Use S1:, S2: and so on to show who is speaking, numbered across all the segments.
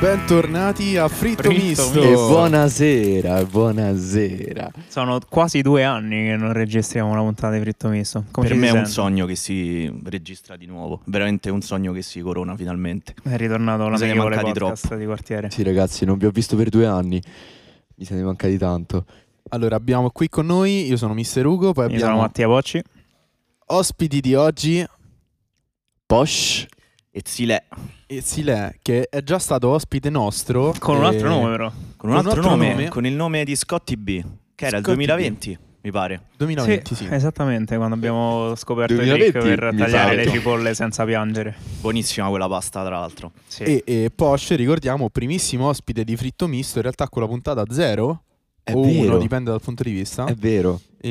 S1: bentornati a Fritto,
S2: Fritto
S1: Misto.
S2: Misto.
S3: E buonasera, buonasera.
S2: Sono quasi due anni che non registriamo una puntata di fritto misto. Come
S4: per
S2: ci
S4: me è
S2: si
S4: un
S2: sente?
S4: sogno che si registra di nuovo. Veramente un sogno che si corona finalmente.
S2: È ritornato
S4: Ne siete
S2: l'amichevole
S4: mancati
S2: podcast di quartiere.
S3: Sì ragazzi, non vi ho visto per due anni. Mi siete mancati tanto.
S1: Allora, abbiamo qui con noi, io sono Mister Ugo, poi
S2: Io sono
S1: abbiamo
S2: Mattia Pocci.
S1: ospiti di oggi
S3: Posh?
S4: E Zile
S1: e Silè, che è già stato ospite nostro. eh,
S2: Con un altro
S1: e-
S2: nome, però.
S4: con un altro, nome, con il nome di Scotty B, che era il
S1: Scotty
S4: 2020, mi pare.
S1: 2020, sì.
S2: eh, Esattamente, quando abbiamo scoperto il
S3: 2020,
S2: trick per
S3: mi
S2: tagliare
S3: pare.
S2: le cipolle senza piangere.
S4: Buonissima quella pasta, tra l'altro.
S2: Sì.
S1: E, e Porsche, ricordiamo, primissimo ospite di Fritto Misto, in realtà con la puntata 0
S3: È
S1: o 1,
S3: vero.
S1: dipende dal punto di vista.
S3: È vero.
S1: E,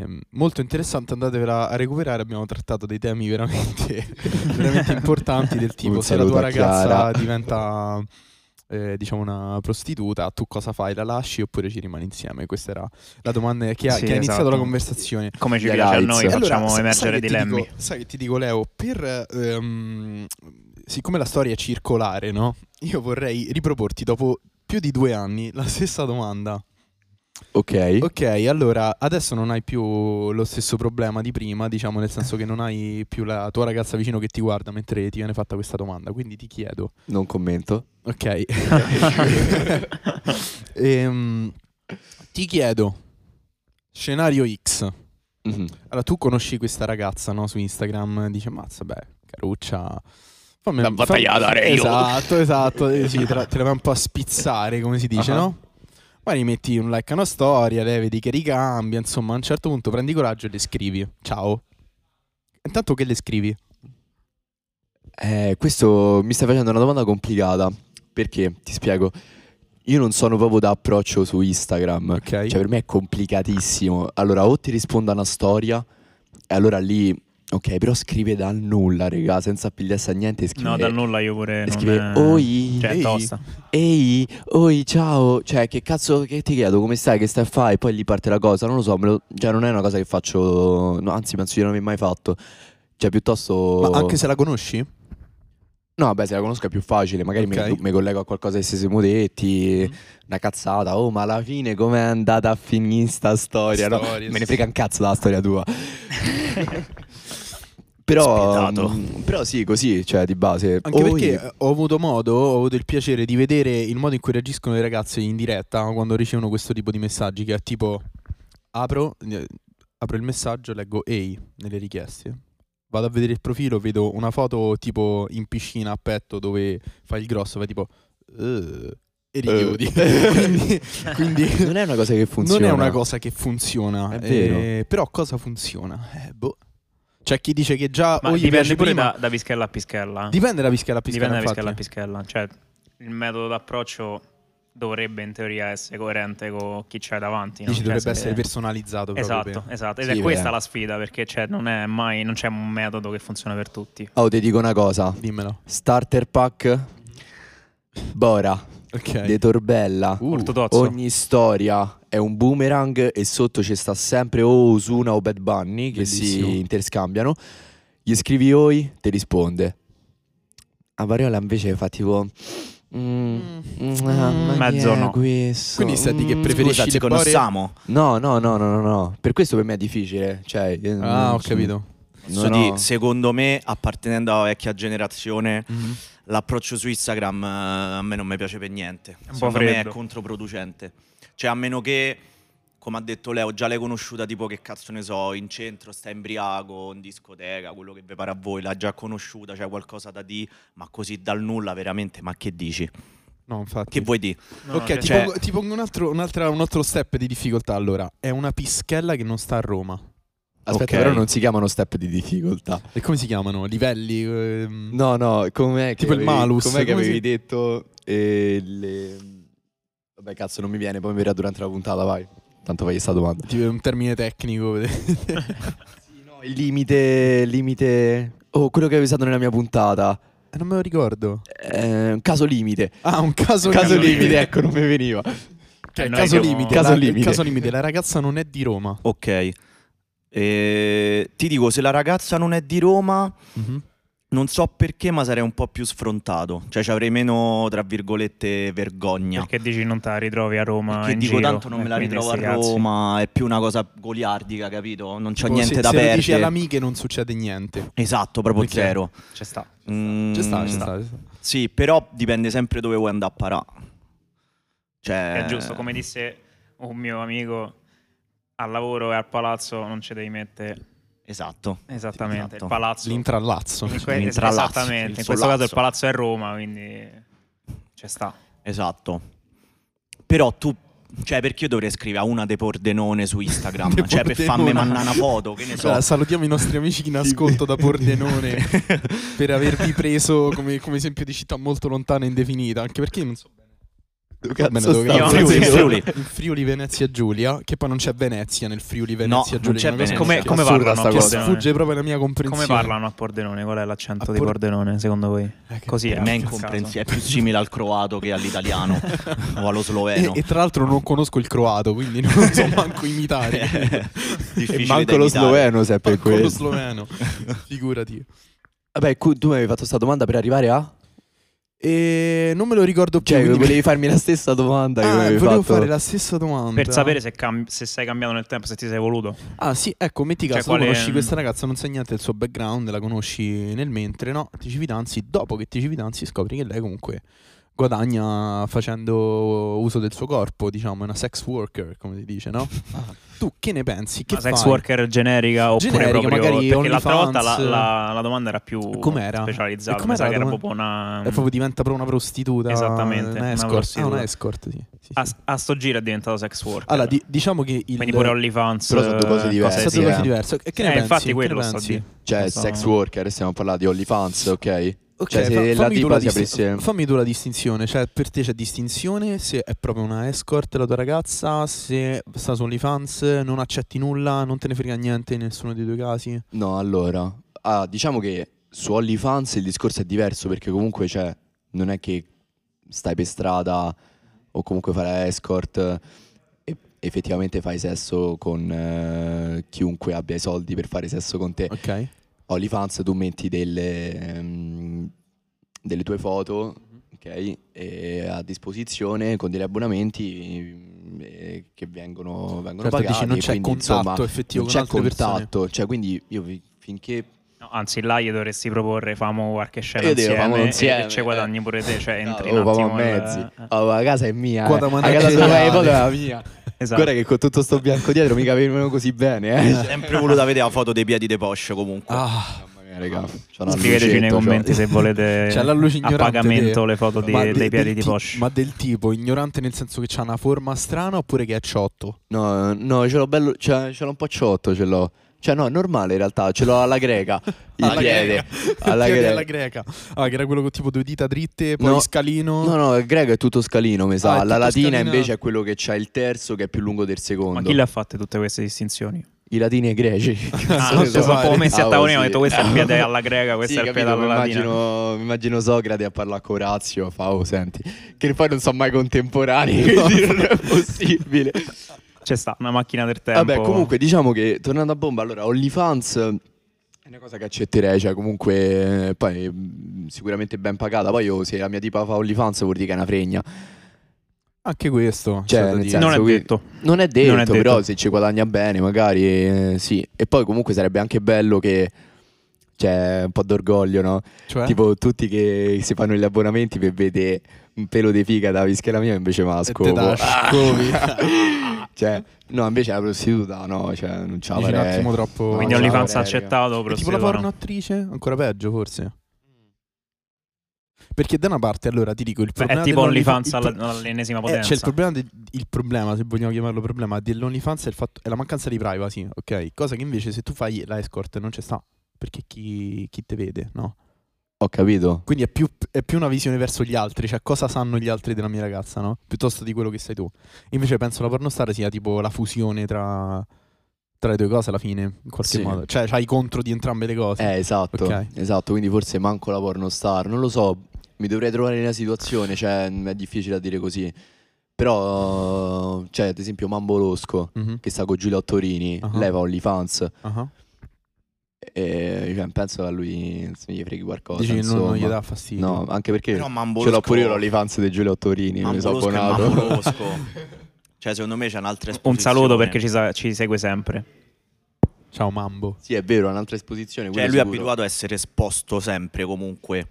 S1: Ehm, molto interessante, andatevela a recuperare, abbiamo trattato dei temi veramente, veramente importanti del tipo
S3: Un
S1: se la tua
S3: saluto a
S1: ragazza
S3: Chiara.
S1: diventa eh, diciamo una prostituta, tu cosa fai? La lasci oppure ci rimani insieme? Questa era la domanda che ha,
S2: Sì,
S1: che ha iniziato
S2: esatto.
S1: la conversazione.
S2: Come ci
S3: Gli
S2: piace a
S3: Alights.
S2: noi,
S3: E
S1: Allora,
S2: facciamo
S1: sa- sai
S2: emergere
S1: che ti
S2: dilemmi.
S1: dico- sai che ti dico, Leo? Per ehm, siccome la storia è circolare, no? Io vorrei riproporti dopo più di due anni la stessa domanda.
S3: Ok.
S1: Ok, allora adesso non hai più lo stesso problema di prima, diciamo, nel senso che non hai più la tua ragazza vicino che ti guarda mentre ti viene fatta questa domanda. Quindi ti chiedo,
S3: Non commento.
S1: ok, Ehm, ti chiedo, scenario X.
S3: Mhm.
S1: Allora, tu conosci questa ragazza, no? Su Instagram, dice, mazza, beh, caruccia... Fammi
S4: La battaglia da re, io."
S1: Esatto, esatto, eh, sì, te la, te la vai un po' a spizzare, come si dice,
S3: Ah.
S1: no? Magari metti un like a una storia, lei vedi che ricambia, insomma, a un certo punto prendi coraggio e le scrivi, ciao. Intanto che le scrivi?
S3: Eh, questo mi stai facendo una domanda complicata. Perché, ti spiego, io non sono proprio da approccio su Instagram.
S1: Ok.
S3: Cioè, per me è complicatissimo. Allora, o ti rispondo a una storia, e allora lì, ok, però scrive dal nulla, raga, senza appigliarsi a niente. Scrive,
S2: No, dal nulla io pure non...
S3: Scrive,
S2: è-
S3: Eh, oi,
S2: Cioè, è
S3: ehi,
S2: tosta.
S3: ehi, oi, ciao. Cioè, che cazzo che ti chiedo, come stai, che stai a fare? Poi lì parte la cosa, non lo so, me lo- cioè, non è una cosa che faccio, no, anzi, penso di non aver mai fatto. Cioè, piuttosto...
S4: Oh.
S1: Ma anche se la conosci?
S3: No, beh, se la conosco è più facile, magari mi-
S1: Ok.
S3: mi, collego a qualcosa che si siamo detti,
S1: Mm.
S3: una cazzata, oh ma alla fine com'è andata a finire sta storia? no?
S1: Storia,
S3: Me
S1: sì.
S3: ne frega un cazzo dalla storia tua. però,
S4: Spietato.
S3: mm, però sì, così, cioè di base.
S1: Anche
S3: oh,
S1: perché
S3: io-
S1: eh, ho avuto modo, ho avuto il piacere di vedere il modo in cui reagiscono le ragazze in diretta quando ricevono questo tipo di messaggi, che è tipo apro, eh, apro il messaggio, leggo ehi nelle richieste. Vado a vedere il profilo, vedo una foto tipo in piscina a petto dove fa il grosso, fai tipo "Eh", e richiudi. quindi quindi
S3: Non è una cosa che funziona.
S1: non è una cosa che funziona.
S3: È vero.
S1: eh, però cosa funziona? Eh, boh. C'è chi dice che già
S2: Ma
S1: o gli
S2: dipende
S1: piace
S2: pure
S1: prima-
S2: da, da pischella a pischella. eh.
S1: Dipende da pischella a pischella.
S2: Dipende da
S1: infatti.
S2: pischella a pischella. Cioè, il metodo d'approccio dovrebbe in teoria essere coerente con chi c'è davanti. no?
S1: Dici
S2: Cioè,
S1: dovrebbe
S2: se-
S1: essere personalizzato proprio
S2: Esatto,
S1: per-
S2: esatto. Ed
S3: Sì,
S2: è questa
S3: beh.
S2: la sfida, perché cioè, non, è mai, non c'è un metodo che funziona per tutti.
S3: Oh, ti dico una cosa.
S1: Dimmelo.
S3: Starter pack, Bora,
S1: Ok.
S3: De Torbella.
S1: Uh,
S2: Ortodozzo.
S3: Ogni storia è un boomerang e sotto ci sta sempre o Osuna o Bad Bunny che
S1: Bellissimo.
S3: si interscambiano. Gli scrivi oi, ti risponde. A Variola invece fa tipo... mm, mm, ah, ma chi
S2: Mezzo
S3: è
S2: no.
S3: questo?
S1: Quindi stai di che
S3: Mm,
S1: preferisci-
S4: Scusa,
S1: le
S4: ci
S1: bore?
S4: conosciamo.
S3: No, no, no, no, no, no. Per questo per me è difficile. Cioè, io
S4: Mm.
S1: Ah,
S3: non-
S1: ho capito.
S4: Posso
S3: no,
S4: dire,
S3: no.
S4: secondo me, appartenendo alla vecchia generazione,
S3: Mm-hmm.
S4: l'approccio su Instagram eh, a me non mi piace per niente.
S2: po'
S4: Secondo me è
S2: freddo.
S4: controproducente. Cioè, a meno che, come ha detto Leo, già l'hai conosciuta, tipo che cazzo ne so, in centro, sta imbriaco, in discoteca, quello che vi pare a voi, l'ha già conosciuta, c'è qualcosa da dire, ma così dal nulla veramente, ma che dici?
S1: No, infatti.
S4: Che vuoi dire?
S2: No,
S1: ok,
S2: cioè-
S1: ti,
S4: cioè-
S1: pongo, ti pongo un altro, un'altra- un altro step di difficoltà allora. È una pischella che non sta a Roma.
S3: Aspetta,
S4: Ok.
S3: però non si chiamano step di difficoltà.
S1: E come si chiamano? Livelli? ehm,
S3: No, no, com'è che
S1: Tipo il
S3: avevi,
S1: malus,
S3: Com'è che
S1: come
S3: avevi
S1: si-
S3: detto eh, le- Vabbè, cazzo, non mi viene, poi mi verrà durante la puntata, vai. Tanto fai questa domanda.
S1: Tipo un termine tecnico. Eh,
S3: No, il limite, limite... Oh, quello che avevi usato nella mia puntata.
S1: Eh, non me lo ricordo.
S3: Eh, caso limite.
S1: Ah, un caso,
S3: Caso
S2: limite.
S3: limite, ecco, non mi veniva. Cioè,
S1: cioè,
S2: Eh, noi
S1: Caso
S2: siamo-
S1: limite.
S3: Caso
S1: la,
S3: limite.
S1: caso limite. La ragazza non è di Roma.
S3: Mm-hmm.
S4: Ok. Eh, ti dico, se la ragazza non è di Roma, Non so perché, ma sarei un po' più sfrontato. Cioè, ci avrei meno, tra virgolette, vergogna.
S2: Perché dici non te la ritrovi a Roma?
S4: Perché
S2: in
S4: dico
S2: giro?
S4: tanto non
S2: Eh,
S4: me la
S2: quindi
S4: ritrovo a
S2: sti cazzi.
S4: Roma, è più una cosa goliardica, capito? Non c'ho
S1: Tipo,
S4: niente
S1: se,
S4: da
S1: se lo dici alle
S4: perdere.
S1: amiche non succede niente.
S4: Esatto, proprio
S1: Ok.
S4: zero.
S2: Ci sta.
S4: Mm,
S1: Ci sta, ci sta. ci sta.
S4: Sì, però dipende sempre dove vuoi andare a parare. Cioè,
S2: È giusto, come disse un mio amico, al lavoro e al palazzo non ci devi mettere
S4: Esatto.
S2: esattamente
S4: Esatto.
S2: il palazzo.
S1: L'intrallazzo.
S2: In que-
S4: l'intralazzo,
S2: esattamente,
S4: il
S2: in questo caso il
S4: solazzo.
S2: palazzo è Roma, quindi ci sta.
S4: Esatto. Però tu, cioè, perché io dovrei scrivere a una De Pordenone su Instagram?
S1: De
S4: cioè, per farmi
S1: Pordenone. Cioè,
S4: mandare una foto, che ne so.
S1: Allora, salutiamo i nostri amici in ascolto da Pordenone per avervi preso come, come esempio di città molto lontana e indefinita, anche perché io non so bene.
S3: cazzo
S1: dove
S3: sta?
S1: cazzo
S4: In Friuli,
S1: sia.
S4: in Friuli.
S1: In Friuli, Venezia Giulia, che poi non c'è Venezia nel Friuli Venezia
S4: non
S1: Giulia.
S4: c'è
S1: che è una cosa
S4: Venezia.
S1: che-
S2: Come
S3: assurda
S2: parlano
S3: sta
S2: a
S1: che
S3: cosa.
S2: Pordenone?
S1: sfugge proprio alla mia
S2: Come
S1: comprensione.
S2: parlano a Pordenone? Qual è l'accento
S1: A
S2: di
S1: Por-
S2: Pordenone secondo voi?
S1: Eh, che-
S2: Così
S4: Per
S2: eh,
S4: me è
S2: a caso.
S4: incomprensibile, è più simile al croato che all'italiano o allo
S1: E,
S4: sloveno.
S1: e tra l'altro non conosco il croato, quindi non so manco imitare.
S4: Difficile
S3: E
S4: da
S3: manco lo
S4: imitare.
S3: sloveno se è per
S1: Manco lo
S3: quello.
S1: sloveno, figurati.
S3: Vabbè, cu- tu mi avevi fatto questa domanda per arrivare a...
S1: E non me lo ricordo più.
S3: Cioè,
S1: quindi-
S3: volevi farmi la stessa domanda che mi
S1: Ah,
S3: avevi
S1: volevo
S3: fatto.
S1: fare la stessa domanda.
S2: Per sapere se, cam- se sei cambiato nel tempo, se ti sei evoluto.
S1: Ah sì, ecco, metti
S2: Cioè,
S1: caso, tu
S2: quale-
S1: conosci questa ragazza, non sai niente del suo background, la conosci nel mentre, no? Ti ci fidanzi, dopo che ti ci fidanzi scopri che lei comunque guadagna facendo uso del suo corpo, diciamo, è una sex worker, come si dice, no?
S3: Ah.
S1: Tu che ne pensi? Che
S2: Una sex
S1: fai?
S2: worker generica oppure
S1: Generica,
S2: proprio
S1: magari
S2: perché l'altra volta la,
S1: OnlyFans.
S2: la- la domanda era più
S1: Com'era?
S2: specializzata,
S1: E com'era
S2: mi sa
S1: la
S2: che era
S1: domanda?
S2: proprio una
S1: E proprio diventa proprio una prostituta.
S2: Esattamente,
S1: Una
S2: una
S1: escort.
S2: prostituta.
S1: Ah, una escort, sì. sì, sì.
S2: a, a sto giro è diventato sex worker.
S1: allora, di- diciamo che il...
S2: Quindi pure OnlyFans
S3: Però sono due cose
S2: eh,
S3: diverse,
S1: è
S3: Eh,
S1: stato
S3: sì,
S1: quasi
S3: eh.
S1: diverso. E che
S2: Eh,
S1: ne pensi?
S2: infatti
S1: Che ne
S2: quello sta
S1: pensi?
S2: a dire.
S3: Cioè,
S2: Questo-
S3: sex worker, stiamo parlando di OnlyFans, ok?
S1: Ok,
S3: Cioè, se
S1: fa-
S3: la
S1: fammi, tu
S3: tipa
S1: la
S3: si
S1: distin-
S3: aprisse-
S1: fammi tu la distinzione. Cioè, per te c'è distinzione se è proprio una escort la tua ragazza, se sta su OnlyFans, non accetti nulla, non te ne frega niente in nessuno dei due casi.
S3: No, allora, ah, diciamo che su OnlyFans il discorso è diverso perché comunque cioè, non è che stai per strada o comunque fai escort e effettivamente fai sesso con eh, chiunque abbia i soldi per fare sesso con te.
S1: Ok.
S3: OnlyFans tu metti delle, ehm, delle tue foto ok, e a disposizione con degli abbonamenti eh, che vengono, vengono
S1: Certo,
S3: pagati.
S1: dici, non c'è
S3: quindi,
S1: contatto
S3: insomma,
S1: effettivo
S3: non
S1: con
S3: c'è
S1: altre persone.
S3: contatto, cioè quindi io vi- finché
S2: No, anzi, là gli dovresti proporre famo qualche scena
S3: Io devo,
S2: insieme,
S3: famo
S2: e-
S3: insieme,
S2: e ci guadagni pure te, cioè
S3: No,
S2: entri
S3: oh,
S2: un
S3: papà,
S2: attimo nel-
S3: mezzi.
S2: eh,
S3: Oh, ma la casa è mia.
S1: Quota
S3: eh. La
S1: manageriale.
S3: casa dove vai, poi è la
S1: eh,
S3: mia.
S2: Esatto.
S3: Guarda che con tutto sto bianco dietro mica venivano così
S1: Esatto.
S3: bene, eh.
S4: Sempre voluto vedere la foto dei piedi di Porsche comunque.
S1: Ah,
S3: Mamma mia, raga. C'ho una
S2: Scriveteci nei
S3: lucetta, c'ho-
S2: commenti se volete
S1: C'è la luce
S2: a
S1: ignorante
S2: pagamento
S1: te.
S2: le foto di-
S1: ma de-
S2: dei piedi
S1: del
S2: di
S1: ti-
S2: Porsche.
S1: Ma del tipo ignorante nel senso che c'ha una forma strana oppure che è ciotto?
S3: No, no, ce l'ho bello, cioè, ce l'ho un po' ciotto, ce l'ho. Cioè no, è normale in realtà, ce l'ho alla greca, il
S1: Alla
S3: piede,
S1: Il
S3: alla
S1: piede
S3: greca.
S1: alla greca. Ah, che era quello con tipo due dita dritte, poi
S3: No.
S1: scalino.
S3: No, no, il greco è tutto scalino, mi
S1: Ah,
S3: sa.
S1: è
S3: la
S1: tutto
S3: latina
S1: scalinato.
S3: invece è quello che c'ha il terzo che è più lungo del secondo.
S2: Ma chi le ha fatte tutte queste distinzioni?
S3: I latini e i greci.
S2: Ah,
S1: Cazzo,
S2: non
S1: che
S2: so, sono un
S1: fare.
S2: po' messi a
S3: Ah,
S2: tavolino,
S3: sì.
S2: ho detto questo è il piede alla greca, questo
S3: Sì,
S2: è il
S3: capito,
S2: piede alla
S3: mi
S2: latina.
S3: immagino, mi immagino Socrate a parlare con Orazio fa, "Oh, senti, che poi non sono mai contemporanei, quindi non è possibile.
S2: C'è sta una macchina del tempo.
S3: Vabbè, comunque, diciamo che, tornando a bomba, allora, OnlyFans è una cosa che accetterei, cioè comunque, eh, poi mh, sicuramente ben pagata, poi io se la mia tipa fa OnlyFans vuol dire che è una fregna.
S1: Anche questo.
S3: Cioè,
S1: c'è da
S3: nel
S1: dire.
S3: senso-
S2: non è
S3: quindi-
S2: detto.
S3: Non è detto,
S2: Non è detto.
S3: però se ci guadagna bene, magari eh, sì. E poi comunque sarebbe anche bello che... Cioè, un po' d'orgoglio, no?
S1: Cioè?
S3: Tipo tutti che si fanno gli abbonamenti per vedere un pelo di figa da vischera mia invece ma
S1: te
S3: scopo.
S1: dà scovi.
S3: cioè, no, invece la prostituta no, cioè non c'ha
S1: Dici un
S3: pare.
S1: attimo troppo-
S3: No,
S2: Quindi
S1: ciao,
S3: c'ha
S2: OnlyFans ha
S3: pare, raga.
S2: accettato,
S1: È tipo la
S2: prostituta no.
S1: porno attrice? Ancora peggio, forse. Perché da una parte, allora ti dico, il
S2: Beh,
S1: problema
S2: È tipo
S1: dell'OnlyFans-
S2: OnlyFans
S1: il
S2: alla-
S1: pro-
S2: all'ennesima
S1: eh,
S2: potenza.
S1: c'è il problema, de- il problema, se vogliamo chiamarlo problema, dell'OnlyFans è, il fatto- è la mancanza di privacy, ok? Cosa che invece se tu fai la escort non c'è sta, perché chi, chi te vede, no?
S3: Ho capito.
S1: Quindi è più, è più una visione verso gli altri, cioè cosa sanno gli altri della mia ragazza, no? Piuttosto di quello che sei tu. Invece penso la pornostar sia tipo la fusione tra, tra le due cose alla fine, in qualche
S3: Sì.
S1: modo. Cioè c'hai contro di entrambe le cose.
S3: Eh, esatto.
S1: Ok.
S3: Esatto, quindi forse manco la pornostar, non lo so, mi dovrei trovare nella situazione, cioè mh, è difficile da dire così. Però cioè ad esempio Mambolosco
S1: Mhm,
S3: che sta con Giulia Ottorini,
S1: Ah.
S3: lei fa OnlyFans
S1: aha.
S3: e cioè, penso a lui se gli freghi qualcosa.
S1: Dici che non, non gli
S3: insomma.
S1: dà fastidio.
S3: No, anche perché
S4: Però Mambolosco...
S3: ce l'ho pure io l'OnlyFans di Giulio Ottorini, mi sono
S4: Mambolosco è
S3: abbonato.
S4: Mambolosco. cioè, secondo me c'è un'altra
S2: Un
S4: esposizione.
S2: saluto perché ci, sa- ci segue sempre.
S1: Ciao Mambo.
S3: sì, è vero, è un'altra esposizione.
S4: Cioè,
S3: quello
S4: lui è
S3: sicuro.
S4: abituato a essere esposto sempre comunque.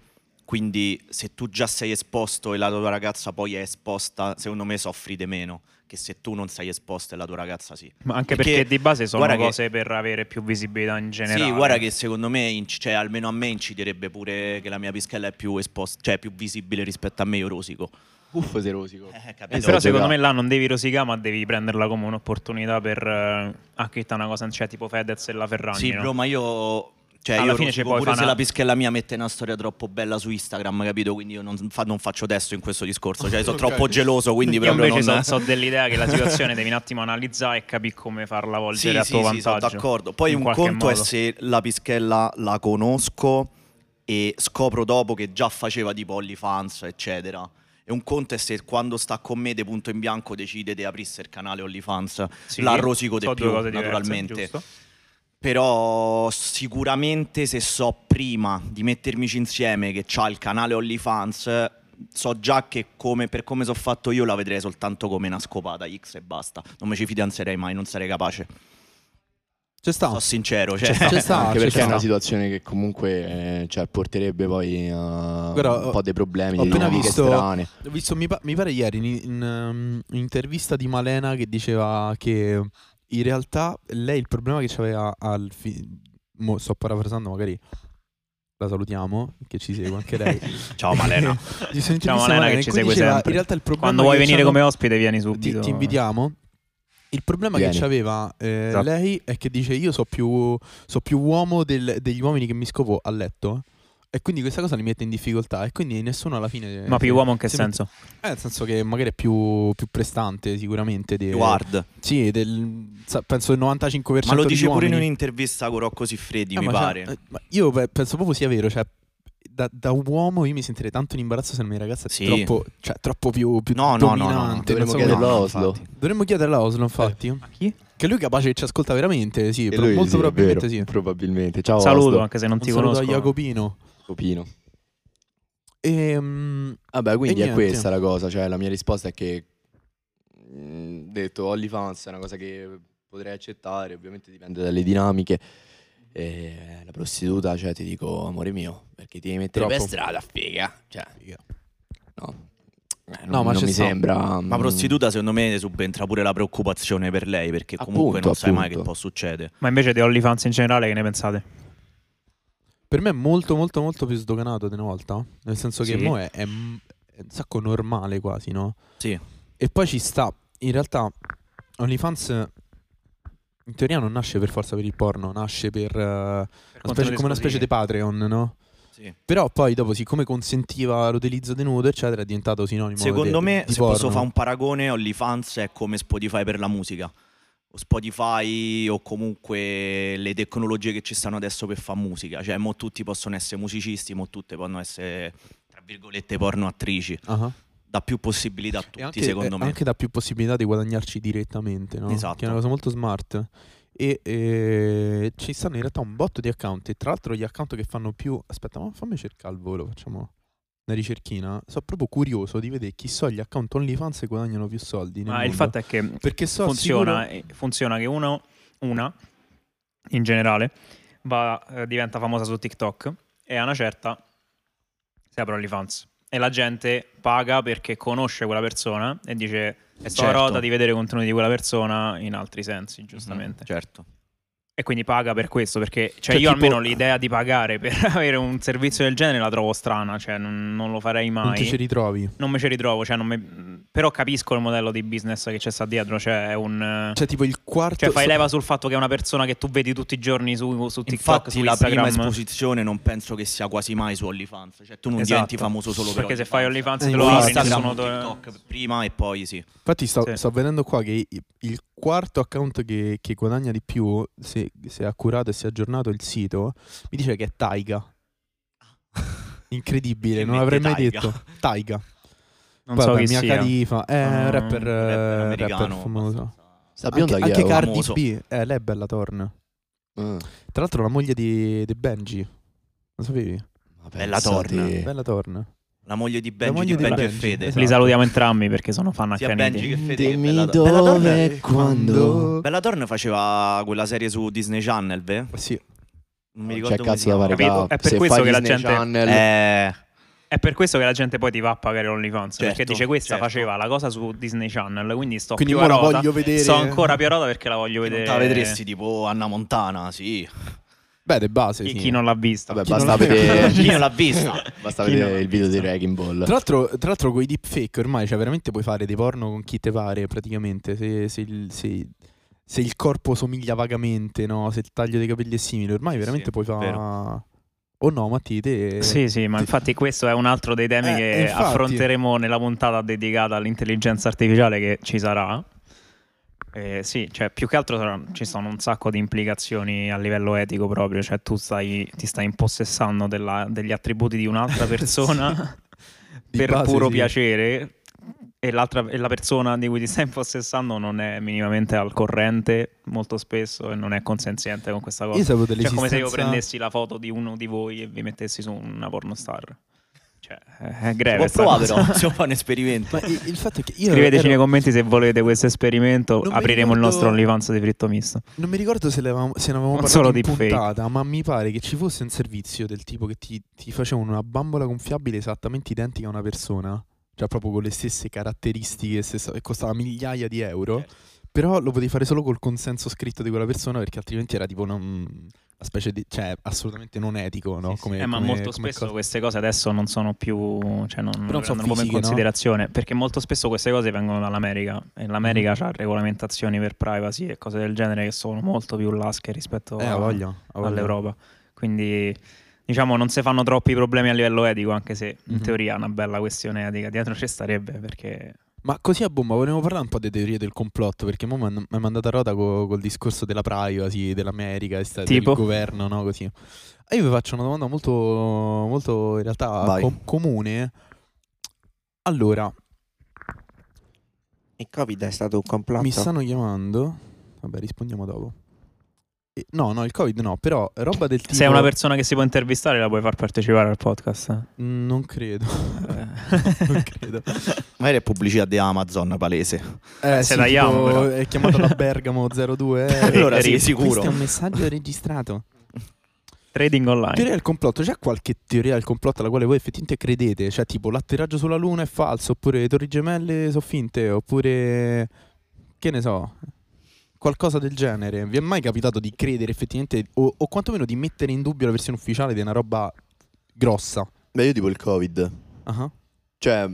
S4: Quindi, se tu già sei esposto e la tua ragazza poi è esposta, secondo me soffri di meno che se tu non sei esposto e la tua ragazza sì.
S2: Ma anche perché,
S4: Perché-
S2: di base sono
S4: guarda che-
S2: cose per avere più visibilità in generale.
S4: Sì, guarda che secondo me, inc- cioè, almeno a me inciderebbe pure che la mia pischella è più esposta, cioè più visibile rispetto a me, io rosico.
S3: Uff, sei rosico.
S4: Eh, capito?
S2: Eh,
S3: Esatto,
S2: però secondo
S3: esatto.
S2: me là non devi rosicare, ma devi prenderla come un'opportunità per eh, acchittare una cosa, cioè tipo Fedez e la Ferragni.
S4: Sì,
S2: no?
S4: bro, ma io. Cioè,
S2: Alla
S4: io
S2: fine
S4: fine
S2: ci
S4: c'è
S2: puoi
S4: pure
S2: fa'
S4: se
S2: una-
S4: la pischella mia mette una storia troppo bella su Instagram, capito? Quindi io non, fa- non faccio testo in questo discorso. Cioè, sono
S1: Ok.
S4: troppo geloso, quindi
S2: Io
S4: proprio
S2: invece
S4: non...
S2: so, so dell'idea che la situazione devi un attimo analizzare e capire come farla
S4: Sì,
S2: volgere a
S4: sì,
S2: tuo
S4: sì,
S2: vantaggio.
S4: sono d'accordo. Poi
S2: in
S4: un
S2: qualche
S4: conto è
S2: modo.
S4: se la pischella la conosco e scopro dopo che già faceva tipo OnlyFans, eccetera. E un conto è se quando sta con me de punto in bianco decide di aprirsi il canale OnlyFans.
S2: Sì,
S4: la rosico di
S2: sono
S4: più,
S2: due cose diverse,
S4: naturalmente.
S2: giusto?
S4: Però sicuramente se so prima di mettermici insieme che c'ha il canale OnlyFans, so già che come- per come so fatto io la vedrei soltanto come una scopata X e basta. Non mi ci fidanzerei mai, non sarei capace.
S1: C'è sta.
S4: Sono sincero. Cioè,
S1: C'è sta,
S3: anche
S1: c'è
S3: perché
S1: Ah, sta.
S3: è una situazione che comunque eh, cioè, porterebbe poi a
S1: Guarda,
S3: un po' dei problemi,
S1: ho
S3: di
S1: appena
S3: dinamiche
S1: visto-
S3: strane.
S1: Ho visto, mi, pa- mi pare ieri in, in, um, un'intervista di Malena che diceva che in realtà lei il problema che c'aveva al fi- mo sto parafrasando magari la salutiamo che ci segue anche lei.
S4: Ciao
S1: Eh,
S4: Malena.
S1: Ci sono interviste
S2: Ciao Malena che
S1: in
S2: ci
S1: cui
S2: segue
S1: diceva,
S2: sempre.
S1: In realtà il problema
S2: Quando vuoi
S1: che
S2: venire
S1: c'hanno-
S2: come ospite vieni
S1: ti,
S2: subito.
S1: ti invitiamo. Il problema
S3: Vieni.
S1: che c'aveva eh,
S2: Esatto.
S1: lei è che dice io so più, so più uomo del- degli uomini che mi scopo a letto e quindi questa cosa li mette in difficoltà e quindi nessuno alla fine...
S2: Ma più uomo in che
S1: si mette-
S2: senso?
S1: eh, nel senso che magari è più, più prestante sicuramente. de-
S4: Guard.
S1: Sì, del, sa- penso il 95%
S4: Ma lo
S1: degli
S4: dice pure in
S1: uomini.
S4: un'intervista con Rocco Siffredi,
S1: Eh,
S4: mi
S1: ma
S4: pare.
S1: cioè, eh, ma io pe- penso proprio sia vero, cioè da, da uomo io mi sentirei tanto in imbarazzo se la mia ragazza è
S4: Sì.
S1: troppo, cioè, troppo più, più
S4: no, no, no, no, no.
S1: dominante. non
S3: Dovremmo
S1: so
S3: chiederlo
S1: come-
S3: a Oslo.
S4: infatti.
S1: Dovremmo chiederla a Oslo, infatti.
S2: Eh, chi?
S1: Che lui è capace che ci ascolta veramente, sì,
S3: E
S1: pro-
S3: lui
S1: molto
S3: sì, è
S1: probabilmente
S3: vero,
S1: sì.
S3: Probabilmente. Ciao
S2: Saluto,
S3: Oslo.
S2: anche se non
S1: Un
S2: ti
S1: saluto
S2: conosco.
S1: a Jacopino.
S3: Copino.
S1: Ehm,
S3: Vabbè, Ah quindi
S1: E
S3: è
S1: niente.
S3: questa la cosa, cioè la mia risposta è che mh, detto OnlyFans è una cosa che potrei accettare, ovviamente dipende dalle dinamiche. E la prostituta, cioè ti dico, amore mio, perché ti devi mettere
S1: Troppo.
S3: per strada, figa. Cioè,
S1: Figa.
S3: no. Eh, non,
S1: No, ma
S3: non
S1: ci
S3: mi
S1: sta.
S3: sembra.
S4: Ma prostituta, secondo me, subentra pure la preoccupazione per lei, perché comunque
S3: Appunto,
S4: non sai mai che
S3: appunto.
S4: può succedere.
S2: Ma invece di OnlyFans in generale che ne pensate?
S1: per me è molto, molto, molto più sdoganato di una volta. oh. Nel senso che
S2: Sì.
S1: mo è, è m- è un sacco normale quasi, no?
S4: Sì.
S1: E poi ci sta. In realtà, OnlyFans in teoria non nasce per forza per il porno, nasce per. eh, una specie- come una specie di Patreon, no?
S4: sì.
S1: Però poi, dopo, siccome consentiva l'utilizzo di nudo, eccetera, è diventato sinonimo.
S4: Secondo
S1: de-
S4: me,
S1: di
S4: se posso
S1: porno.
S4: fare un paragone, OnlyFans è come Spotify per la musica. O Spotify o comunque le tecnologie che ci stanno adesso per fare musica. Cioè, mo tutti possono essere musicisti, mo tutte possono essere, tra virgolette, porno attrici.
S1: Ah.
S4: Dà più possibilità a tutti,
S1: E anche,
S4: secondo
S1: eh,
S4: me.
S1: anche dà più possibilità di guadagnarci direttamente, no?
S4: Esatto.
S1: Che è una cosa molto smart. E eh, ci stanno in realtà un botto di account. E tra l'altro gli account che fanno più. Aspetta, ma fammi cercare al volo, facciamo una ricerchina. Sono proprio curioso di vedere chi so gli account OnlyFans che guadagnano più soldi.
S2: Ma il fatto è che
S1: Perché so
S2: funziona, eh, funziona che uno, una, in generale, va, eh, diventa famosa su TikTok e a una certa si aprono gli fans. E la gente paga perché conosce quella persona e dice è stata
S4: Certo.
S2: rota di vedere contenuti di quella persona in altri sensi, giustamente.
S1: Mm.
S4: Mhm, Certo.
S2: E quindi paga per questo, perché
S1: Mm-hmm. Cioè,
S2: cioè, io
S1: tipo-
S2: almeno l'idea di pagare per avere un servizio del genere la trovo strana, cioè non, non lo farei mai
S1: non ti ci ritrovi.
S2: non me ci ritrovo, cioè non mi- però capisco il modello di business che c'è sta dietro, cioè è un...
S1: Cioè, tipo il quarto.
S2: Cioè fai
S1: so-
S2: leva sul fatto che è una persona che tu vedi tutti i giorni su, su TikTok,
S4: Infatti
S2: su
S4: la prima
S2: Instagram.
S4: esposizione non penso che sia quasi mai su OnlyFans, cioè tu non
S2: Esatto.
S4: diventi famoso solo per
S2: Perché se fai OnlyFans
S1: Eh,
S2: te lo
S1: guarda,
S2: apri,
S4: Instagram,
S2: nessuno te-
S4: TikTok prima e poi sì.
S1: Infatti, sto,
S2: Sì.
S1: sto vedendo qua che i- il quarto account che, che guadagna di più, se, se è accurato e si è aggiornato il sito, mi dice che è Taiga. Incredibile,
S4: Che
S1: non
S4: mette
S1: l'avrei mai
S4: Taiga?
S1: detto. Taiga.
S2: Non
S1: Poi,
S2: so
S1: vabbè,
S2: chi
S1: Mia
S2: sia.
S1: Khalifa, è un
S2: Ah,
S1: rapper,
S4: Rapper
S1: eh, rapper
S4: americano.
S1: famoso.
S4: abbastanza-
S3: Sta bionda
S1: Anche,
S3: chi è?
S1: anche
S3: oh?
S1: Cardi
S4: Famoso.
S1: B, eh, lei è bella Torn.
S3: Ah,
S1: Tra l'altro la moglie di, di Benji. Lo sapevi?
S3: ma
S4: Bella
S3: pensa
S4: torna.
S3: te.
S1: Bella torna.
S4: La moglie di Benji,
S1: moglie
S4: di
S1: di
S4: Benji e
S1: Benji,
S4: Fede.
S1: esatto.
S2: Li salutiamo entrambi perché sono fan
S4: Sia Benji
S2: accaniti.
S4: che Fede. che
S3: Dimmi
S4: Bella, Bella
S3: dove
S4: Thorne-
S3: e quando.
S4: Bella Thorne faceva quella serie su Disney Channel, ve?
S1: Sì.
S4: Non mi
S3: Non
S4: ricordo
S3: C'è
S4: come si
S3: cazzo da fare.
S2: Capito?
S4: chiama.
S3: raga.
S2: È per
S3: Se
S2: questo
S3: fai
S2: che la
S3: Disney
S2: gente-
S3: Channel,
S4: Eh,
S2: È per questo che la gente poi ti va a pagare OnlyFans.
S4: Certo,
S2: perché dice questa
S4: certo.
S2: faceva la cosa su Disney Channel, quindi sto
S1: Quindi
S2: più
S1: ora
S2: a rota.
S1: voglio vedere.
S2: Sto ancora più a rota perché la voglio
S4: non
S2: vedere.
S4: te la vedresti tipo Anna Montana,
S3: Eh,
S4: sì.
S1: Beh, de base.
S2: Chi,
S1: sì.
S2: chi non l'ha vista.
S3: Vabbè,
S1: Chi non
S3: basta
S1: l'ha-
S3: vedere.
S4: Chi non l'ha vista?
S3: Basta
S2: Chi
S3: vedere
S2: no?
S3: il video di Wrecking Ball.
S1: Tra l'altro, tra l'altro con i deepfake ormai, cioè veramente puoi fare dei porno con chi te pare praticamente. Se, se il, se- se il corpo somiglia vagamente, no? se il taglio dei capelli è simile, ormai
S4: Sì,
S1: veramente
S4: sì,
S1: puoi fare.
S4: vero.
S1: O no, Matti, te.
S2: Sì, sì, ma infatti questo è un altro dei temi
S1: Eh,
S2: che
S1: infatti.
S2: affronteremo nella puntata dedicata all'intelligenza artificiale che ci sarà. Eh, sì, cioè più che altro sarà- ci sono un sacco di implicazioni a livello etico proprio, cioè tu stai- ti stai impossessando della- degli attributi di un'altra persona
S1: Di
S2: per
S1: base
S2: puro
S1: sì.
S2: piacere e, l'altra- e la persona di cui ti stai impossessando non è minimamente al corrente molto spesso e non è consenziente con questa cosa.
S1: Io sapevo
S2: Cioè, come se io
S1: dell'esistenza-
S2: prendessi la foto di uno di voi e vi mettessi su una pornostar. Cioè, è greve.
S4: Può
S2: sta
S4: provare
S2: cosa.
S4: però, possiamo fare un esperimento.
S1: Ma il, il fatto è che io
S2: Scriveteci nei
S1: ero-
S2: commenti se volete questo esperimento.
S1: Non mi
S2: Apriremo il
S1: ricordo-
S2: nostro OnlyFans di fritto misto.
S1: non mi ricordo se, l'avevamo- se ne avevamo
S2: Non
S1: parlato
S2: solo
S1: in
S2: deepfake.
S1: puntata, ma mi pare che ci fosse un servizio del tipo che ti, ti facevano una bambola gonfiabile esattamente identica a una persona, cioè proprio con le stesse caratteristiche, stessa- e costava migliaia di euro. Però lo potevi fare solo col consenso scritto di quella persona perché altrimenti era tipo una, mm, una specie di... cioè assolutamente non etico, no? Come,
S2: Eh, ma
S1: come-
S2: molto
S1: come
S2: spesso
S1: cosa.
S2: queste cose adesso non sono più. Cioè,
S1: Però
S2: non, non
S1: non sono
S2: vengono proprio in
S1: fisiche, no?
S2: considerazione. Perché molto spesso queste cose vengono dall'America. E
S1: Mm.
S2: l'America ha regolamentazioni per privacy e cose del genere che sono molto più lasche rispetto
S1: Eh, ha
S2: a,
S1: voglia, ha voglia.
S2: all'Europa. Quindi diciamo non si fanno troppi problemi a livello etico, anche se in
S1: Mhm.
S2: teoria una bella questione etica dietro ci starebbe perché
S1: Ma così a bomba volevamo parlare un po' delle teorie del complotto perché mo mi han- mi hai mandato a rota co- col discorso della privacy, dell'America, e sta- del
S2: Tipo?
S1: governo, no? Così. E io vi faccio una domanda molto, molto in realtà
S3: Vai.
S1: com- comune. Allora,
S5: Il Covid è stato un complotto.
S1: Mi stanno chiamando. Vabbè, rispondiamo dopo. E- No, no, il Covid no, però roba del tipo...
S2: se è una persona che si può intervistare la puoi far partecipare al podcast. eh.
S1: Non credo.
S2: Eh.
S1: non credo.
S4: Magari è pubblicità di Amazon palese.
S1: Eh,
S2: Se tagliamo,
S1: tipo,
S2: però.
S1: È chiamata da Bergamo 02. eh.
S4: Allora
S2: eh, questo
S4: sì,
S1: Questo è
S4: sicuro.
S1: un messaggio registrato.
S2: Trading online.
S1: Teoria del complotto, c'è qualche teoria del complotto alla quale voi effettivamente credete? Cioè, tipo l'atterraggio sulla Luna è falso, oppure le torri gemelle sono finte, oppure che ne so, qualcosa del genere. Vi è mai capitato di credere effettivamente, o, o quantomeno di mettere in dubbio la versione ufficiale di una roba grossa?
S3: Beh, io tipo il Covid.
S1: Ah,
S3: Cioè,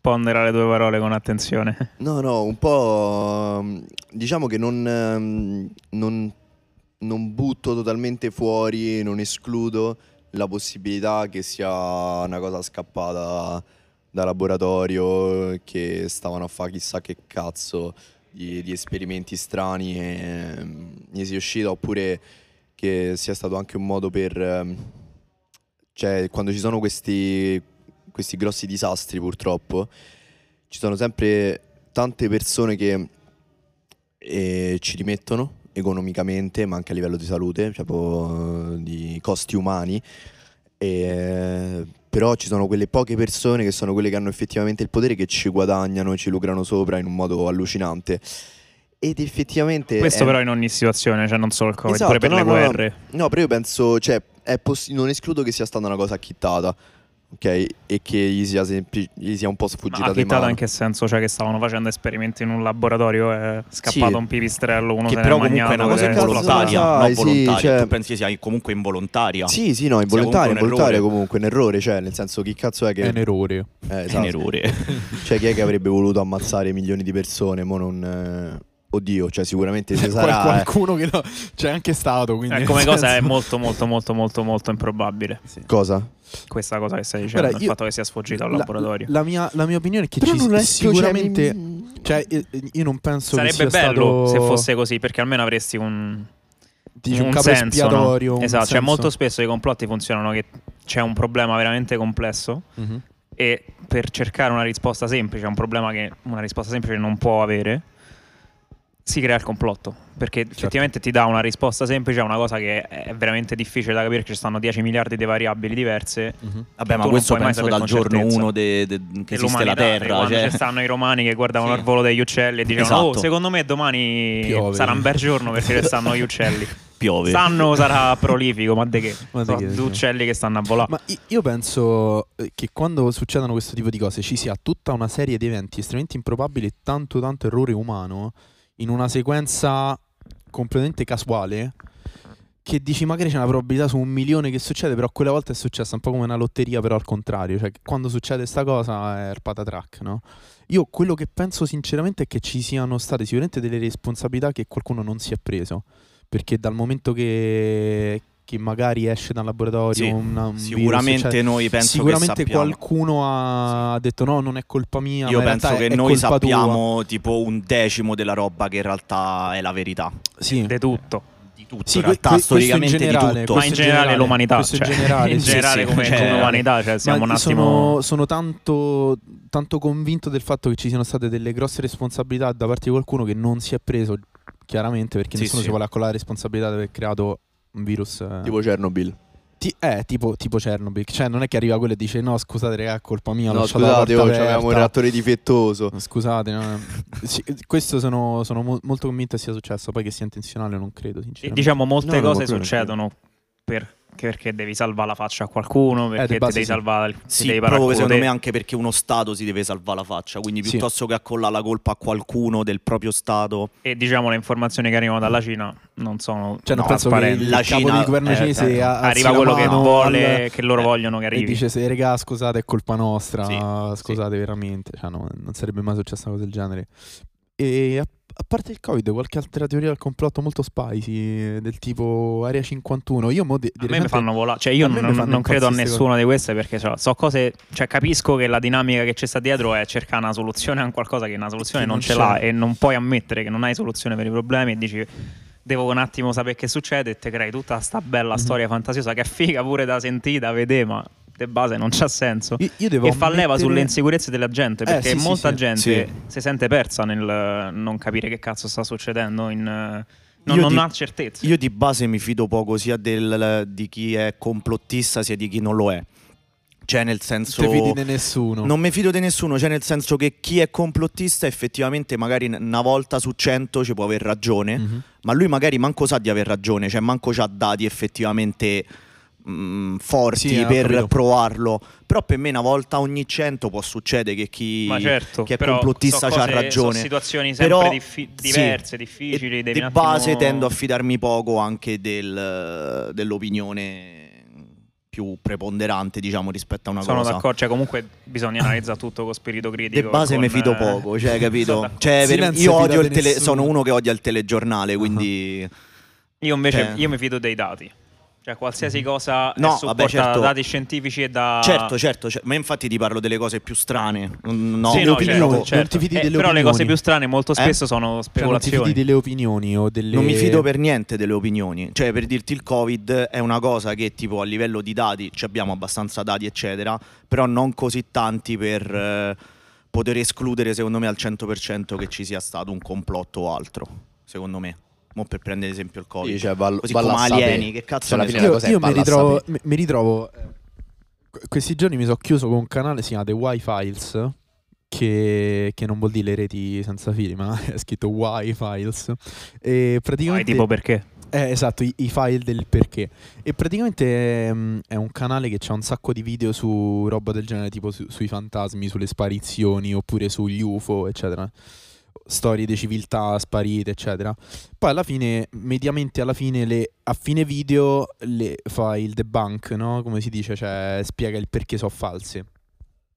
S2: Pondera le tue parole con attenzione.
S3: No, no, un po'. ehm, Diciamo che non, ehm, non- non butto totalmente fuori, non escludo la possibilità che sia una cosa scappata da laboratorio, che stavano a fare chissà che cazzo di, di esperimenti strani e ehm, ne si è uscita, oppure che sia stato anche un modo per... ehm, Cioè, quando ci sono questi, questi grossi disastri purtroppo, ci sono sempre tante persone che eh, ci rimettono economicamente, ma anche a livello di salute, cioè proprio, eh, di costi umani. E, però ci sono quelle poche persone che sono quelle che hanno effettivamente il potere, che ci guadagnano, ci lucrano sopra in un modo allucinante. Ed effettivamente...
S2: Questo
S3: è-
S2: però in ogni situazione, cioè non solo il Covid,
S3: Eh, Esatto,
S2: pure per
S3: no,
S2: le
S3: no, no.
S2: guerre.
S3: No, però io penso, cioè, è possi- non escludo che sia stata una cosa acchittata, ok? E che gli sia, sempli- gli sia un po'
S2: Ma
S3: sfuggita di mano.
S2: Acchittata in che senso? Cioè che stavano facendo esperimenti in un laboratorio è scappato
S3: Sì.
S2: un pipistrello, uno
S4: Che
S2: se
S4: però
S2: n'è
S4: comunque è
S2: magnato
S4: una cosa
S2: ed è eh.
S3: cazzo
S2: esplosato.
S4: involontaria,
S3: sai,
S4: non
S3: sì,
S4: volontaria.
S3: cioè-
S4: Tu pensi sia comunque involontaria?
S3: Sì, sì, no,
S4: comunque
S3: involontario,
S4: un
S3: involontario
S4: errore.
S3: comunque, un errore, cioè, nel senso, chi cazzo è che...
S1: È un errore.
S3: Eh,
S4: È
S3: esatto.
S4: un errore.
S3: Cioè, chi è che avrebbe voluto ammazzare milioni di persone, mo non... eh, Oddio, cioè, sicuramente se
S1: Qual-
S3: sarà... eh.
S1: qualcuno che lo- c'è anche stato, quindi...
S2: Eh,
S1: nel
S2: come cosa è
S1: senso-
S2: molto molto molto molto molto improbabile
S3: Cosa?
S2: questa cosa che stai dicendo,
S1: Guarda,
S2: Cioè, il
S1: io-
S2: fatto che sia sfuggita al
S1: La-
S2: laboratorio.
S1: La, mia, la mia opinione è che
S3: Però
S1: ci
S3: non è-
S1: sicuramente...
S3: cioè, mi-
S1: Cioè, eh, io non penso che
S2: Sarebbe
S1: sia
S2: bello
S1: stato...
S2: se fosse così, perché almeno avresti un,
S1: Dici, un,
S2: un
S1: capo
S2: senso, no?
S1: espiatorio. un
S2: Esatto, cioè
S1: senso.
S2: molto spesso i complotti funzionano che c'è un problema veramente complesso
S1: Mhm.
S2: e per cercare una risposta semplice, a un problema che una risposta semplice non può avere, si crea il complotto, perché
S1: Certo.
S2: effettivamente ti dà una risposta semplice a una cosa che è veramente difficile da capire, che ci stanno 10 miliardi di variabili diverse.
S1: Mhm.
S4: Vabbè,
S2: Tu
S4: ma
S2: non
S4: questo
S2: puoi mai sapere
S4: penso dal
S2: con
S4: giorno
S2: certezza.
S4: 1 che esiste la
S2: Dell'umanità,
S4: Terra.
S2: Quando
S4: Cioè.
S2: ci stanno i romani che guardavano
S4: Sì.
S2: il volo degli uccelli e dicevano,
S4: Esatto.
S2: oh, secondo me domani
S1: Piove."
S2: sarà un bel giorno perché ci stanno gli uccelli.
S4: Piove.
S2: Stanno sarà prolifico, ma de che?
S1: Ma de
S2: Sono
S1: che,
S2: due
S1: sì.
S2: uccelli che stanno a volare.
S1: Ma i- io penso eh, che quando succedono questo tipo di cose ci sia tutta una serie di eventi estremamente improbabili e tanto tanto errore umano in una sequenza completamente casuale che dici magari c'è una probabilità su un milione che succede, però quella volta è successa un po' come una lotteria, però al contrario, cioè che quando succede sta cosa è il patatrack, no? Io quello che penso sinceramente è che ci siano state sicuramente delle responsabilità che qualcuno non si è preso, perché dal momento che, che magari esce dal laboratorio
S4: Sì,
S1: una- un virus,
S4: Sicuramente
S1: eccetera,
S4: noi penso
S1: sicuramente
S4: che sappiamo.
S1: qualcuno ha detto no, non è colpa mia,
S4: Io
S1: ma in
S4: penso
S1: realtà
S4: che
S1: è
S4: noi
S1: colpa tua".
S4: sappiamo tipo un decimo della roba che in realtà è la verità.
S1: Sì.
S2: De tutto.
S4: Di tutto,
S1: Sì,
S4: in
S1: que-
S4: realtà
S1: que- questo in
S4: storicamente
S1: generale,
S4: di tutto.
S2: Ma in
S1: Questo in
S2: generale
S1: generale,
S2: l'umanità,
S1: questo in
S2: cioè,
S1: generale,
S2: in
S1: sì,
S2: generale
S4: sì,
S2: come,
S4: cioè-
S2: come umanità, cioè, siamo
S1: Ma
S2: un attimo...
S1: sono, sono tanto, tanto convinto del fatto che ci siano state delle grosse responsabilità da parte di qualcuno che non si è preso, chiaramente, perché
S4: Sì,
S1: nessuno
S4: sì.
S1: si vuole accollare la responsabilità di aver creato un virus. eh.
S3: Tipo Chernobyl.
S1: Ti- eh, tipo, tipo Chernobyl. Cioè, non è che arriva quello e dice: No, scusate, raga, è colpa mia. ho
S3: no,
S1: lasciato la
S3: scusate, oh,
S1: porta
S3: avevamo un
S1: aperta."
S3: reattore difettoso.
S4: Esatto.
S1: Eh, Scusate, no. Sì, questo sono, sono mo- molto convinto che sia successo. Poi che sia intenzionale, non credo,
S2: E
S1: sinceramente.
S2: diciamo molte
S3: No, no,
S2: cose
S3: quello è
S2: succedono per- perché devi salvare la faccia a qualcuno, perché ti
S1: Eh, base
S2: devi
S1: sì.
S2: salvare il
S4: Sì,
S2: ti devi parare
S4: proprio
S2: a culo
S4: secondo
S2: te.
S4: me anche perché uno Stato si deve salvare la faccia, quindi
S1: Sì.
S4: piuttosto che accolla la colpa a qualcuno del proprio Stato,
S2: E diciamo le informazioni che arrivano dalla Cina non sono
S1: Cioè, non penso che
S2: trasparenti.
S1: il
S4: La
S1: capo
S4: Cina-
S1: del governo
S4: eh,
S1: cinese
S4: certo.
S1: a- alzi
S2: Arriva
S1: la
S2: quello che
S1: mano
S2: vuole,
S1: al-
S2: che loro
S4: eh,
S2: vogliono che
S1: E
S2: arrivi.
S1: dice: se, Regà, scusate, è colpa nostra.
S4: Sì,
S1: scusate, veramente. Cioè, no, non sarebbe mai successa una cosa del genere. E a, a parte il Covid, qualche altra teoria del complotto molto spicy, del tipo Area 51. Io mo di, di
S2: a me mi
S1: recente-
S2: fanno volare, cioè io
S1: a me mi
S2: non,
S1: fanno
S2: non credo a
S1: impazzire
S2: nessuna di queste perché cioè, so cose, cioè capisco che la dinamica che c'è sta dietro è cercare una soluzione a un qualcosa che una soluzione
S1: Che
S2: non,
S1: non
S2: ce
S1: c'è.
S2: l'ha e non puoi ammettere che non hai soluzione per i problemi e dici devo un attimo sapere che succede e te crei tutta sta bella
S1: Mhm.
S2: storia fantasiosa che è figa pure da sentire, da vedere, ma de base non c'ha senso.
S1: Io, io devo
S2: E fa leva
S1: ammettere-
S2: sulle insicurezze della gente
S1: Eh,
S2: perché
S1: sì, sì,
S2: molta
S1: sì.
S2: gente
S1: Sì.
S2: si sente persa nel eh, non capire che cazzo sta succedendo, in, eh, non,
S4: Io
S2: non
S4: ti-
S2: ha certezza.
S4: Io di base mi fido poco sia del- di chi è complottista sia di chi non lo è. Cioè, nel senso.
S1: Non te fidi di nessuno.
S4: Non mi fido di nessuno, cioè nel senso che chi è complottista effettivamente magari n- una volta su cento ci può aver ragione,
S1: Mhm.
S4: ma lui magari manco sa di aver ragione, cioè manco c'ha dati effettivamente mm, forti
S1: Sì, eh, ho
S4: per
S1: capito.
S4: provarlo. Però per me una volta ogni cento può succedere che chi,
S2: Ma certo,
S4: chi è
S2: però
S4: complottista
S2: so
S4: c'ha
S2: cose- so
S4: ragione.
S2: situazioni sempre
S4: però,
S2: diffi-
S4: sì.
S2: diverse, difficili.
S4: E
S2: devi
S4: di
S2: un attimo-
S4: base tendo a fidarmi poco anche del- dell'opinione più preponderante, diciamo, rispetto a una
S2: Sono
S4: cosa.
S2: d'accordo, cioè comunque bisogna analizzare tutto con spirito critico.
S4: De base
S2: con,
S4: mi fido
S2: eh,
S4: poco, cioè,
S2: sono
S4: capito?
S2: d'accordo.
S4: Cioè, per-
S1: Silenzio
S4: io
S1: ti
S4: odio
S1: date
S4: il tele-
S1: nessuno. Ah.
S4: sono uno che odia il telegiornale, quindi
S2: Io invece
S4: Cioè- Mhm.
S2: io mi fido dei dati. Cioè qualsiasi cosa
S4: No,
S2: è
S4: vabbè,
S2: supportata
S4: certo.
S2: da dati scientifici e da...
S4: certo, certo, cer- ma infatti ti parlo delle cose più strane. Mm, No,
S2: Sì,
S1: delle
S2: no,
S1: opinioni,
S2: certo,
S1: non
S3: cioè,
S1: ti
S2: certo.
S1: fidi
S2: Eh,
S1: delle
S2: Però le
S1: opinioni.
S2: cose più strane
S4: Eh?
S2: molto spesso sono
S1: Cioè, non ti
S2: speculazioni.
S1: fidi delle opinioni o delle.
S4: non mi fido per niente delle opinioni, cioè per dirti il Covid è una cosa che tipo a livello di dati, ci abbiamo abbastanza dati eccetera, però non così tanti per eh, poter escludere secondo me al 100% che ci sia stato un complotto o altro, secondo me. Mo per prendere ad esempio il Covid.
S3: Sì, cioè, val-
S4: Così
S3: valla
S4: come
S3: a sapere.
S4: alieni, che cazzo
S3: Cioè, alla
S4: ne
S3: fine
S4: so.
S3: la
S1: Io,
S3: cosa è
S1: io mi
S3: valla a
S1: ritrovo.
S3: sapere.
S1: Mi, mi ritrovo eh, que- questi giorni mi sono chiuso con un canale si chiama The Wi-Files. Che, che non vuol dire le reti senza fili, ma è scritto Wi-Files. E
S2: Vai,
S1: praticamente.
S2: tipo perché?
S1: Eh, esatto, i, i file del perché. E praticamente ehm, è un canale che c'ha un sacco di video su roba del genere, tipo su- sui fantasmi, sulle sparizioni, oppure sugli UFO, eccetera. Storie di civiltà sparite, eccetera. Poi alla fine, mediamente alla fine, le- a fine video le fa il debunk, no? Come si dice, cioè spiega il perché sono false.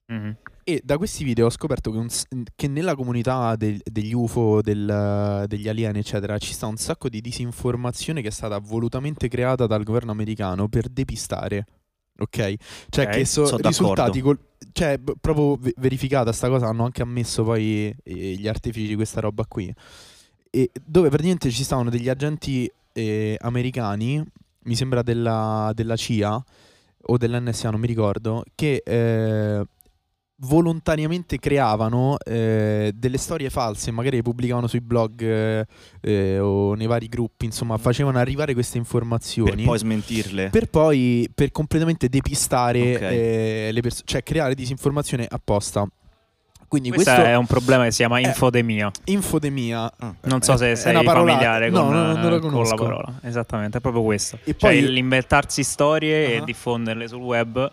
S2: Mhm.
S1: E da questi video ho scoperto che, un s- che nella comunità del- degli UFO, del- degli alieni, eccetera, ci sta un sacco di disinformazione che è stata volutamente creata dal governo americano per depistare. Ok? Cioè,
S2: Ok,
S1: che sono
S4: sono
S1: risultati. Col- cioè, b- proprio ve- verificata sta cosa, hanno anche ammesso poi eh, gli artefici di questa roba qui. E dove praticamente ci stavano degli agenti eh, americani, mi sembra della, della CIA o dell'NSA, non mi ricordo, che eh, volontariamente creavano eh, delle storie false, magari le pubblicavano sui blog eh, eh, o nei vari gruppi, insomma,
S2: Mm.
S1: facevano arrivare queste informazioni.
S4: per poi smentirle.
S1: per poi per completamente depistare
S4: Ok.
S1: eh, le persone, cioè creare disinformazione apposta. Quindi
S2: Questo
S1: questo
S2: è un problema che si chiama
S1: Eh.
S2: infodemia.
S1: infodemia.
S4: Ah.
S2: Non so
S1: È- è
S2: se sei
S1: una parolata.
S2: familiare
S1: No,
S2: con,
S1: no, non la
S2: eh, con
S1: conosco.
S2: la parola. Esattamente, è proprio questo.
S1: E
S2: cioè
S1: poi-
S2: il- l'inventarsi storie
S1: Ah.
S2: e diffonderle sul web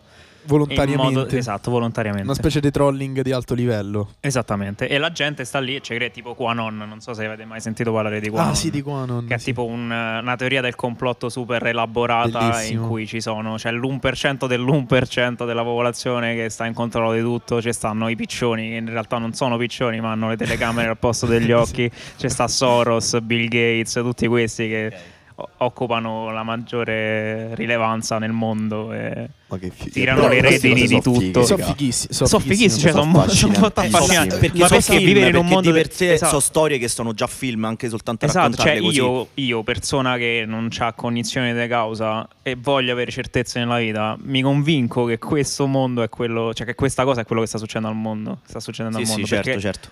S2: in
S1: volontariamente.
S2: modo esatto, volontariamente.
S1: Una specie di trolling di alto livello.
S2: Esattamente. E la gente sta lì e ci crede tipo Quanon, non so se avete mai sentito parlare di Quanon.
S1: Ah, sì, di Quanon.
S2: Che è
S1: sì.
S2: tipo un- una teoria del complotto super elaborata
S1: Bellissimo.
S2: in cui ci sono, c'è l'1% dell'1% della popolazione che sta in controllo di tutto, ci stanno i piccioni che in realtà non sono piccioni ma hanno le telecamere al posto degli
S1: Sì.
S2: occhi, c'è sta Soros, Bill Gates, tutti questi che o- occupano la maggiore rilevanza nel mondo. e-
S3: Ma che figo.
S2: Tirano
S3: Però
S2: le
S3: queste
S2: redini
S3: cose
S2: di
S3: sono
S2: tutto.
S3: fighe,
S1: Sono
S3: raga.
S1: fighissimi.
S2: Sono fighissimi, cioè,
S3: sono
S2: sono, mo- sono
S3: affascinanti.
S2: molto
S3: Eh,
S2: affascinanti.
S3: sì,
S4: perché
S2: ma
S4: sono
S2: perché
S4: film,
S2: vivere in un
S4: perché
S2: mondo
S4: di
S2: del-
S4: per sé
S2: esatto.
S4: sono storie che sono già film, anche soltanto
S2: Esatto, cioè
S4: raccontarle così.
S2: io, io, persona che non ha cognizione di causa e voglio avere certezze nella vita, mi convinco che questo mondo è quello, cioè che questa cosa è quello che sta succedendo al mondo. Sta succedendo
S4: Sì,
S2: al
S4: sì,
S2: mondo.
S4: certo,
S2: perché,
S4: certo.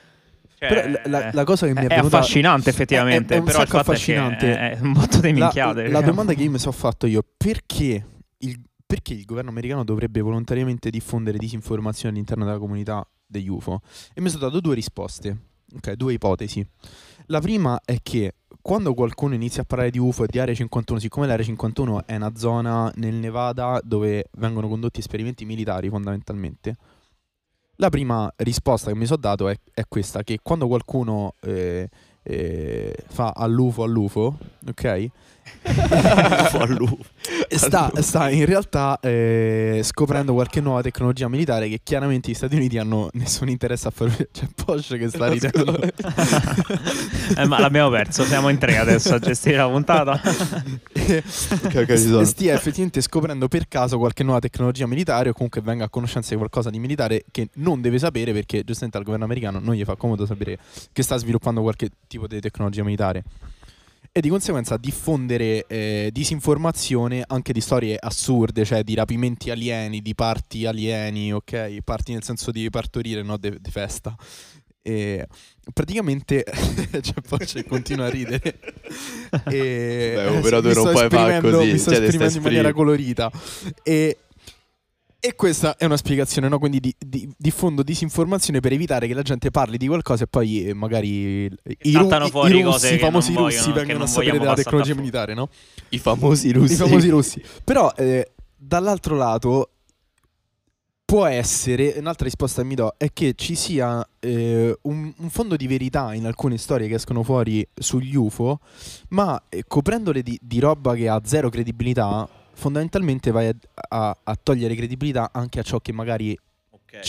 S2: cioè,
S1: Però la- la, la cosa che mi è,
S2: è, è
S1: venuta-
S2: affascinante effettivamente,
S1: è- è un
S2: però il
S1: sacco
S2: fatto è che
S1: affascinante.
S2: è, è un botto di
S1: La,
S2: minchiate. diciamo.
S1: la domanda che io mi sono fatto io, perché il, perché il governo americano dovrebbe volontariamente diffondere disinformazione all'interno della comunità degli UFO? E mi sono dato due risposte, ok, due ipotesi. La prima è che quando qualcuno inizia a parlare di UFO e di Area 51, siccome l'Area 51 è una zona nel Nevada dove vengono condotti esperimenti militari fondamentalmente, la prima risposta che mi sono dato è, è questa, che quando qualcuno eh, eh, fa all'UFO all'UFO, ok?
S4: Fu a lui.
S1: sta, sta in realtà eh, scoprendo qualche nuova tecnologia militare che chiaramente gli Stati Uniti hanno nessun interesse a fare. C'è Porsche che sta ridendo.
S2: Eh, ma l'abbiamo perso, siamo in tre adesso a gestire la puntata.
S3: ok, ci sono.
S1: S- Stia effettivamente scoprendo per caso qualche nuova tecnologia militare o comunque venga a conoscenza di qualcosa di militare che non deve sapere perché giustamente al governo americano non gli fa comodo sapere che sta sviluppando qualche tipo di tecnologia militare. E di conseguenza diffondere eh, disinformazione anche di storie assurde, cioè di rapimenti alieni, di parti alieni, ok? Parti nel senso di partorire, no? De- Di festa. E praticamente cioè, poi c'è- continua a ridere. E
S3: Beh,
S1: eh,
S3: operatore,
S1: mi sto
S3: non puoi far
S1: esprimendo-
S3: così,
S1: Mi sto
S3: cioè, te stai
S1: esprimendo in maniera
S3: esprimendo.
S1: colorita. E, e questa è una spiegazione, no? Quindi di- di- diffondo disinformazione per evitare che la gente parli di qualcosa e poi eh, magari i, ru-
S2: saltano
S1: i- i
S2: fuori
S1: russi,
S2: cose che
S1: i famosi
S2: non
S1: russi
S2: vogliono- che
S1: vengono a
S2: non
S1: sapere
S2: vogliamo
S1: della
S2: passare
S1: tecnologia
S2: da fuori.
S1: militare, no?
S3: I famosi russi.
S1: I famosi russi. Però eh, dall'altro lato può essere, un'altra risposta che mi do è che ci sia eh, un, un fondo di verità in alcune storie che escono fuori sugli UFO, ma eh, coprendole di, di roba che ha zero credibilità, fondamentalmente vai a, a- a togliere credibilità anche a ciò che magari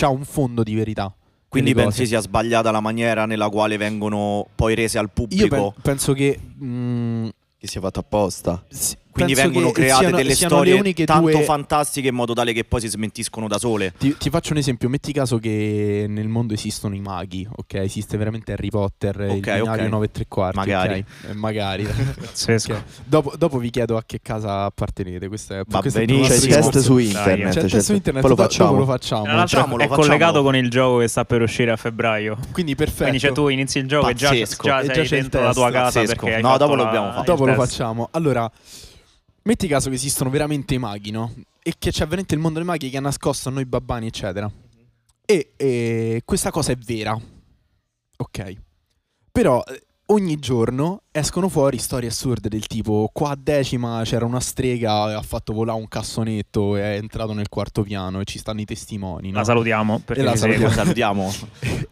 S1: ha un fondo di verità.
S4: Quindi
S1: Delle
S4: pensi
S1: cose.
S4: sia sbagliata la maniera nella quale vengono poi rese al
S1: Io
S4: pubblico?
S1: pen- penso che... mm,
S3: Che sia fatto apposta.
S1: s-
S4: Quindi
S1: penso
S4: vengono
S1: che
S4: create
S1: siano-
S4: delle
S1: siano le
S4: storie
S1: uniche
S4: tanto
S1: due-
S4: fantastiche in modo tale che poi si smentiscono da sole.
S1: Ti, ti faccio un esempio, metti caso che nel mondo esistono i maghi, ok? Esiste veramente Harry Potter, il
S4: Ok,
S1: binario
S4: ok.
S1: 9 e 3 quarti,
S4: Magari.
S1: ok? Eh, magari.
S2: Pazzesco.
S1: Ok. Dopo, dopo vi chiedo a che casa appartenete, questa è,
S4: Va
S1: questo è
S4: benissimo.
S3: C'è Cioè, il
S1: tutto un altro
S3: test
S1: discorso.
S3: su
S2: Dai,
S3: internet.
S1: C'è cioè, il test
S3: certo.
S1: su internet,
S3: Poi lo
S1: do- dopo
S3: facciamo.
S1: lo facciamo.
S2: Tra l'altro
S4: Facciamolo,
S2: è
S4: facciamolo.
S2: collegato con il gioco che sta per uscire a febbraio.
S1: Quindi perfetto.
S2: Quindi cioè, tu inizi il gioco e già,
S4: Pazzesco.
S2: già
S1: E già
S2: sei
S1: c'è il
S2: dentro la tua
S1: test.
S2: casa
S4: Pazzesco.
S2: perché hai
S4: No,
S2: fatto
S4: dopo
S2: la-
S4: lo dobbiamo fare.
S2: Ah, il
S1: Dopo lo
S2: test.
S1: facciamo. Allora, metti caso che esistono veramente i maghi, no? E che c'è veramente il mondo dei maghi che ha nascosto a noi babbani, eccetera. E, eh, questa cosa è vera. Ok. Però eh, ogni giorno escono fuori storie assurde del tipo qua a decima c'era una strega e ha fatto volare un cassonetto e è entrato nel quarto piano e ci stanno i testimoni, no?
S2: La salutiamo perché
S1: E la
S2: ci
S1: salutiamo.
S4: Lo
S2: segue.
S4: salutiamo.